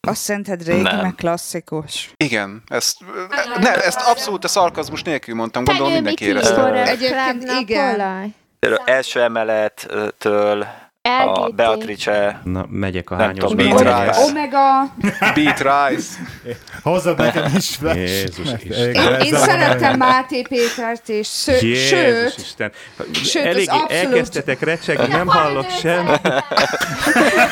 S5: Azt szerinted régi,
S6: Nem.
S5: meg klasszikus.
S3: Igen, ezt, ne, ezt abszolút a szarkazmus nélkül mondtam, gondolom
S7: Tenyőmi
S3: mindenki érezte.
S7: Kibor,
S5: Egyébként
S7: Krabna,
S5: igen.
S7: Polaj.
S6: Például első emelettől a
S7: LGT.
S6: Beatrice
S2: Na, megyek a
S6: Nem
S2: hányos
S6: tudom,
S2: bemegy.
S3: mit rá-
S5: Omega,
S3: Beat Rice.
S1: Hozzad nekem is fel.
S2: Jézus Isten.
S5: én, én szeretem Máté Pétert és sző,
S2: Jézus
S5: sőt,
S2: Isten.
S5: sőt, az
S2: Eléggé
S5: abszolút-
S2: elkezdtetek recsegni, nem hallok sem.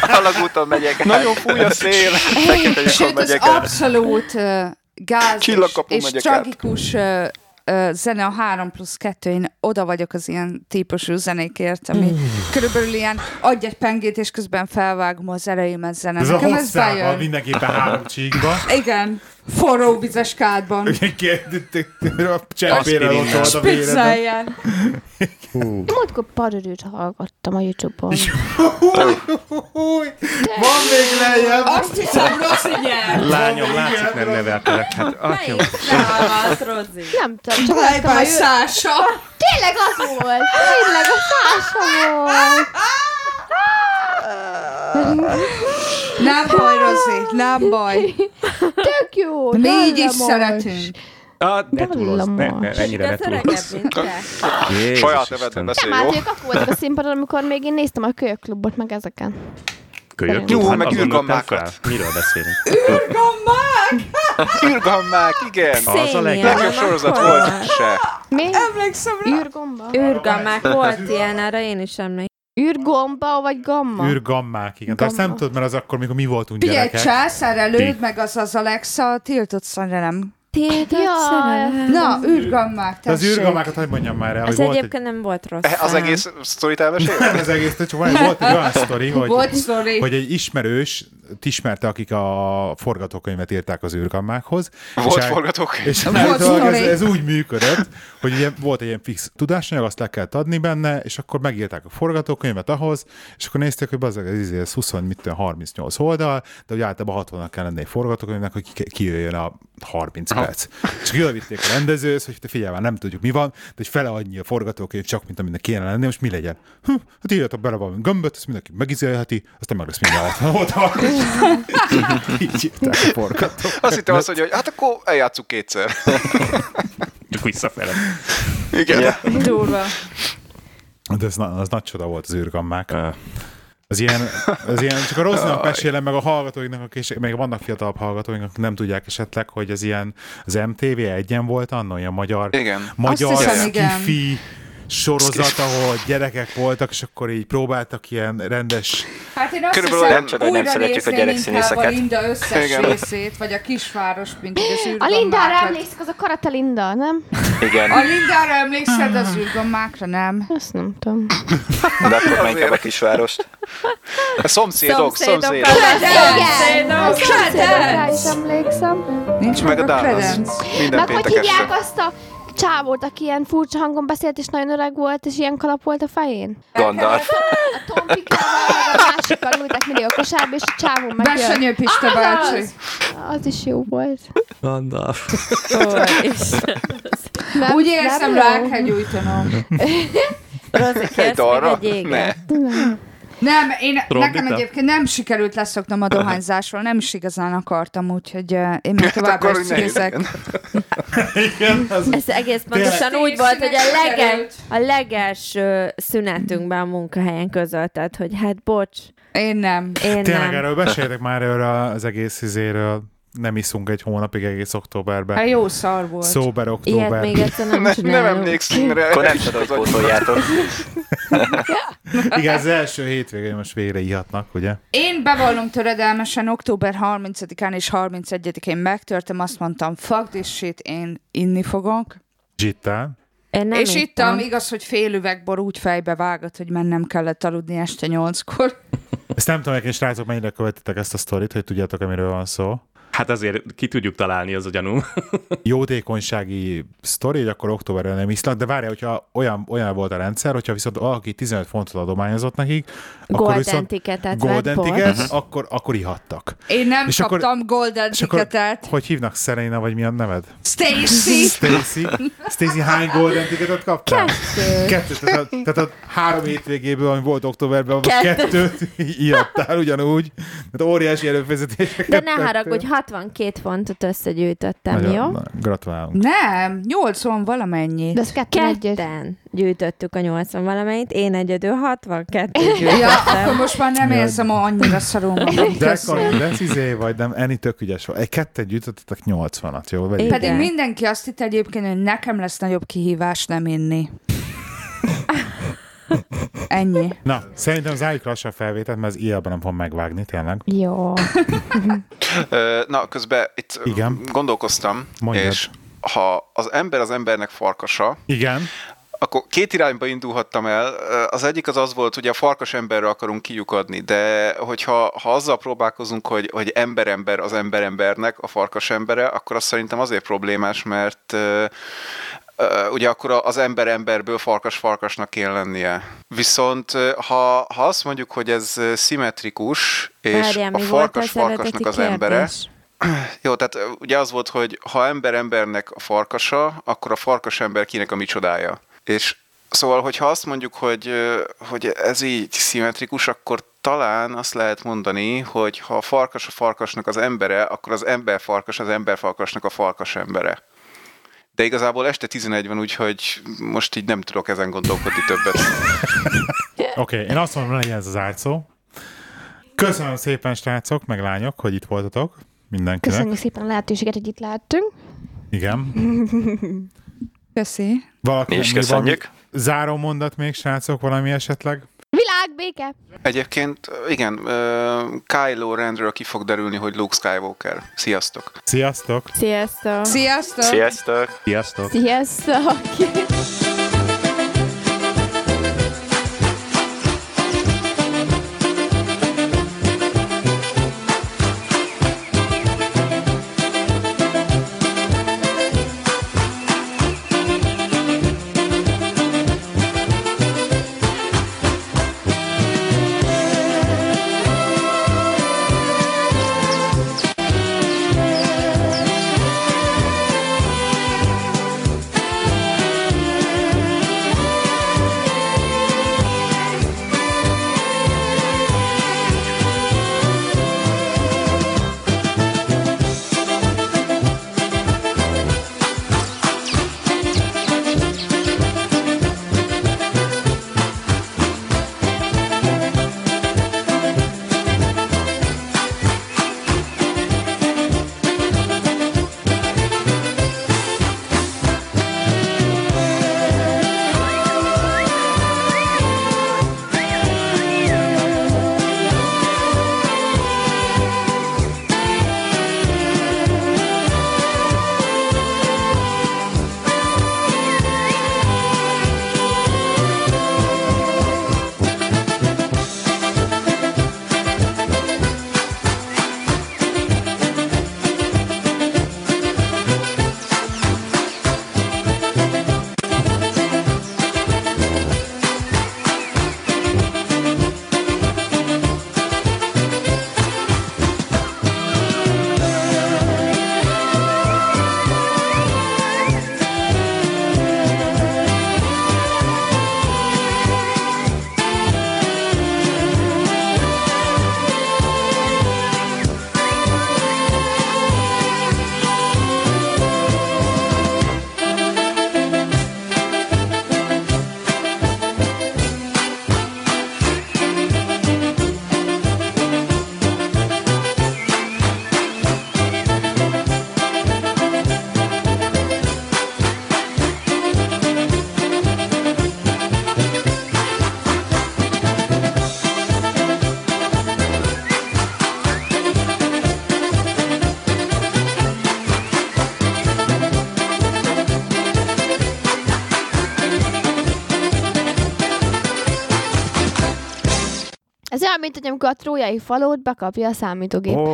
S6: alagúton megyek.
S3: Nagyon fúj a szél.
S6: Fekete lyukon
S5: sőt az
S6: megyek el.
S5: abszolút uh, gáz és,
S3: Csillagkapun
S5: és
S3: megyek át.
S5: tragikus uh, uh, zene a 3 plusz 2, én oda vagyok az ilyen típusú zenékért, ami körülbelül ilyen adj egy pengét, és közben felvágom az erejémet zene.
S1: Ez a
S5: Nekem ez
S1: hosszával
S5: bejön.
S1: mindenképpen három csíkba.
S5: Igen, forró vizes kádban.
S1: a cseppére
S2: Aspirinnel.
S1: locsolt a véredem.
S5: Spitzeljen.
S7: Múltkor parörűt hallgattam a Youtube-on.
S1: Van még lejjebb!
S5: Azt hiszem, Rossi nyer.
S2: Lányom, látszik, nem neveltelek. Hát, atyom.
S8: Melyik leállás, Rozi?
S7: Nem tudom, csak
S5: Bye
S7: láttam a
S5: bye,
S7: Youtube-
S5: Szása.
S7: Tényleg az volt! Tényleg a társam volt!
S5: Nem baj, Rozi, nem baj.
S7: Tök jó!
S5: Mi így is
S7: dallamos.
S5: szeretünk.
S2: Ah, ne túlozz, ne, ne,
S7: Villamos.
S2: ennyire ne
S8: De öregebb,
S2: túlozz.
S8: mint te.
S2: Jézus
S3: Saját nevedben
S2: Isten.
S3: beszél,
S7: Nem,
S3: jó?
S7: hát ők akkor voltak a színpadon, amikor még én néztem a kölyökklubot, meg ezeken.
S2: Kölyök.
S7: Jó,
S2: Hát
S3: meg
S2: azon
S3: űrgammákat.
S2: nőttem fel. Miről beszélünk?
S3: Irgalmák, igen.
S2: Az a legjobb.
S3: Legjobb sorozat volt se.
S7: Mi?
S5: Emlékszem rá.
S7: Űrgomba?
S8: Űrgammák volt ilyen, arra én is emlékszem.
S7: Űrgomba vagy gamma?
S1: Űrgammák, igen. Te azt nem
S7: Gamma.
S1: tudod, mert az akkor, mikor mi voltunk
S5: Figyelj,
S1: gyerekek.
S5: császár előd, meg az az Alexa, tiltott szerelem.
S7: Jaj,
S5: Na, űrgammák,
S1: Az
S5: tessék.
S1: űrgammákat hagyd mondjam már el, hogy
S8: Ez
S1: volt egy...
S8: egyébként nem volt rossz.
S3: E, Eh, Az
S8: nem.
S3: egész sztorit elmesélve?
S1: Nem az egész, csak van, volt egy olyan sztori, hogy,
S5: Volt, sorry.
S1: hogy egy ismerős ismerte, akik a forgatókönyvet írták az űrgammákhoz.
S3: Volt
S1: el-
S3: forgatókönyv.
S1: És állítólag ez,
S5: sztori.
S1: ez úgy működött, hogy ugye volt egy ilyen fix tudásanyag, azt le kellett adni benne, és akkor megírták a forgatókönyvet ahhoz, és akkor nézték, hogy bazzeg, ez, izé, ez 20, mit tudom, 38 oldal, de hogy általában 60-nak kell lenni egy forgatókönyvnek, hogy ki- kijöjjön a 30 perc. És akkor jövitték a rendezőhöz, hogy te figyelj már, nem tudjuk mi van, de hogy fele annyi a forgatókönyv, csak mint aminek kéne lenni, most mi legyen? Hm, hát írjatok bele valami gömböt, ezt mindenki megizélheti, aztán meg lesz mindjárt. Ott van. Így írták a forgatókönyvet.
S3: Azt hittem azt, mondja, hogy hát akkor eljátszuk kétszer.
S2: Csak visszafele.
S3: Igen.
S8: Durva.
S1: De ez, na- az nagy csoda volt az űrgammák. Az ilyen, az ilyen, csak a rossznak mesélem, meg a hallgatóinknak, akik, és még vannak fiatalabb hallgatóink, akik nem tudják esetleg, hogy az ilyen, az MTV egyen volt annó, ilyen magyar,
S3: Igen.
S1: magyar
S5: Azt hiszem, igen.
S1: skifi sorozat, ahol gyerekek voltak, és akkor így próbáltak ilyen rendes,
S5: Hát én azt
S3: Körülbelül
S5: hiszem,
S3: nem
S6: csak, hogy nem
S5: újra
S6: szeretjük a
S5: nézném
S6: gyerekszínészeket.
S5: inkább a Linda összes
S3: Igen.
S5: részét, vagy a kisváros, mint így az
S7: A
S5: űrgommákat.
S7: Lindára
S3: hát-
S7: emlékszik, az a karate Linda, nem?
S5: A
S6: Igen,
S5: Lindára emlékszel, de az űrgommákra nem.
S7: Azt nem tudom.
S6: de akkor már inkább a kisvárost.
S3: A szomszédok, szomszédok.
S7: Hát
S8: Szomszédok.
S7: Rá is emlékszem.
S5: Nincs
S3: Meg
S5: meg
S3: a
S5: a
S3: Dallas.
S5: kredenc.
S3: Minden
S7: Meg hogy
S3: péntek
S7: hívják
S3: este.
S7: azt a csávót, aki ilyen furcsa hangon beszélt, és nagyon öreg volt, és ilyen kalap volt a fején?
S6: Gandalf.
S7: A Tompikával, meg a másikkal ültek mindig a kosárba, és a csávó megjön.
S5: Besenyő Pista bácsi.
S7: Az is jó volt.
S2: Gandalf.
S7: Nem,
S5: Úgy érzem,
S7: nem
S5: rá
S7: jó?
S5: kell gyújtanom.
S8: Rozi,
S3: Egy
S8: kérsz még
S3: dalra?
S8: egy éget?
S3: Ne. Hát
S5: Nem, én,
S2: Trombita?
S5: nekem egyébként nem sikerült leszoknom a dohányzásról, nem is igazán akartam, úgyhogy eh, én
S1: Hát
S5: még továbbra
S3: Akkor
S5: is
S3: úgy nehéz
S5: cigizek.
S3: legyen.
S8: Ez egész pontosan úgy volt, hogy a, legel, a legelső szünetünkben a munkahelyen közölted, hogy hát bocs,
S5: Én nem.
S8: én
S1: tényleg
S8: nem.
S1: erről beszéltek már erről az egész izéről, nem iszunk egy hónapig egész
S5: Hát
S1: októberben.
S5: jó szar volt.
S1: Szóber
S8: Ilyet még
S1: október.
S8: egyszer nem
S3: Ne- Nem
S8: csinálunk.
S3: emlékszünk rá.
S6: Akkor nem tudom, hogy pótoljátok.
S1: Igen, az első hétvégén most végre ihatnak, ugye?
S5: Én bevallom töredelmesen, október 30-án és 31-én megtörtem, azt mondtam, fuck this shit, én inni fogok.
S1: Zsittál.
S8: Én nem
S5: Nem és
S8: ittam.
S5: ittam, igaz, hogy fél üvegbor úgy fejbe vágott, hogy mennem kellett aludni este nyolckor.
S1: Ezt nem tudom, hogy srácok mennyire követitek ezt a sztorit, hogy tudjátok, amiről van szó.
S2: Hát azért ki tudjuk találni az a gyanúm.
S1: jótékonysági sztori, hogy akkor októberben nem isznak, de várja, hogyha olyan, olyan volt a rendszer, hogyha viszont valaki 15 fontot adományozott nekik, akkor
S4: Golden
S1: viszont
S4: ticketet
S1: golden
S4: vett,
S1: ticket,
S3: Mhm.
S1: akkor, akkor ihattak.
S5: Én nem
S1: És akkor-
S5: kaptam golden
S1: És akkor,
S5: ticketet.
S1: hogy hívnak Serena, vagy mi a neved?
S5: Stacy!
S1: Stacy? Stacy, hány golden ticketet kaptál? Kettő. Kettőt, tehát, a- tehát a három hétvégéből, ami volt októberben, abban kettőt írattál ugyanúgy. Tehát óriási előfizetéseket.
S4: De ne
S1: tettél.
S4: haragudj, 62 fontot összegyűjtöttem,
S1: Nagyon-
S4: jó?
S1: na, Gratulálunk.
S5: Nem, 80 valamennyi.
S7: De ezt ketten együtt.
S4: Ketten gyűjtöttük a 80 valamelyit, én egyedül 62 gyűjtöttem.
S5: Ja, akkor most már nem érzem annyira szarul magam.
S1: De,
S5: Köszönöm.
S1: Karin, de izé vagy, nem, Eni tök ügyes volt. Egy ketten gyűjtöttetek 80-at, jó? Vagy
S4: Igen.
S5: Pedig mindenki azt hitt egyébként, hogy nekem lesz nagyobb kihívás nem inni. Ennyi.
S1: Na, szerintem zárjuk lassan a felvételt, mert az ilyenben nem fogom megvágni, tényleg.
S7: Jó.
S3: Ö, Na, közben itt
S1: Igen.
S3: Igen. gondolkoztam,
S1: Mondjad.
S3: és ha az ember az embernek farkasa,
S1: Igen.
S3: akkor két irányba indulhattam el. Ö, Az egyik az az volt, hogy a farkas emberre akarunk kiukadni, de hogyha ha azzal próbálkozunk, hogy, hogy emberember az emberembernek, a farkas embere, akkor az szerintem azért problémás, mert ö, ö, ugye akkor a- az ember emberből farkas farkasnak kell lennie. Viszont ö, ha, ha azt mondjuk, hogy ez ö, szimmetrikus, és
S4: Várjál,
S3: a
S4: mi volt
S3: farkas
S4: az eredeti
S3: farkasnak az embere,
S4: kérdés?
S3: jó, tehát ö, ugye az volt, hogy ha ember embernek a farkasa, akkor a farkas ember kinek a micsodája. És szóval, hogyha azt mondjuk, hogy, ö, hogy ez így szimmetrikus, akkor talán azt lehet mondani, hogy ha a farkas a farkasnak az embere, akkor az ember farkas az ember farkasnak a farkas embere. De igazából este 11 van, úgyhogy most így nem tudok ezen gondolkodni többet.
S1: Oké, okay, én azt mondom, legyen ez az átszó. Köszönöm szépen, srácok, meg lányok, hogy itt voltatok. Mindenkinek.
S7: Köszönjük szépen a lehetőséget, hogy itt lehettünk.
S5: Mhm.
S1: Igen.
S5: Köszi.
S1: Valaki,
S6: Mi is
S1: még
S6: köszönjük.
S1: valami Záró mondat még, srácok, valami esetleg?
S7: Világ, béke!
S3: Egyébként, igen, ö, Kylo Renről ki fog derülni, hogy Luke Skywalker. Sziasztok!
S1: Sziasztok!
S4: Sziasztok!
S5: Sziasztok!
S6: Sziasztok!
S2: Sziasztok!
S7: Sziasztok! Ez olyan, mint hogy amikor a trójai falót bekapja a számítógép.
S2: Hogyne.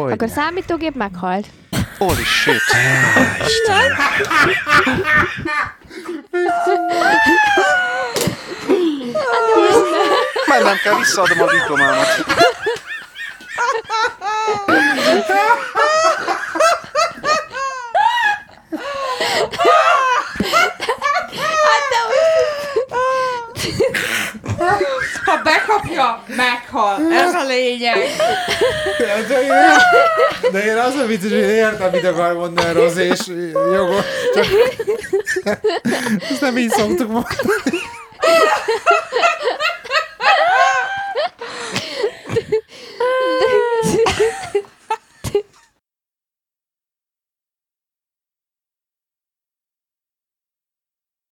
S7: Akkor a számítógép meghalt.
S3: Holy shit! Már nem kell, visszaadom a diplomámat.
S5: Ha bekapja, meghal. Ez a lényeg.
S1: De én, de én az a vicces, hogy értem, mit akar mondani Roz, és jogos. Csak... Ezt nem így szoktuk mondani.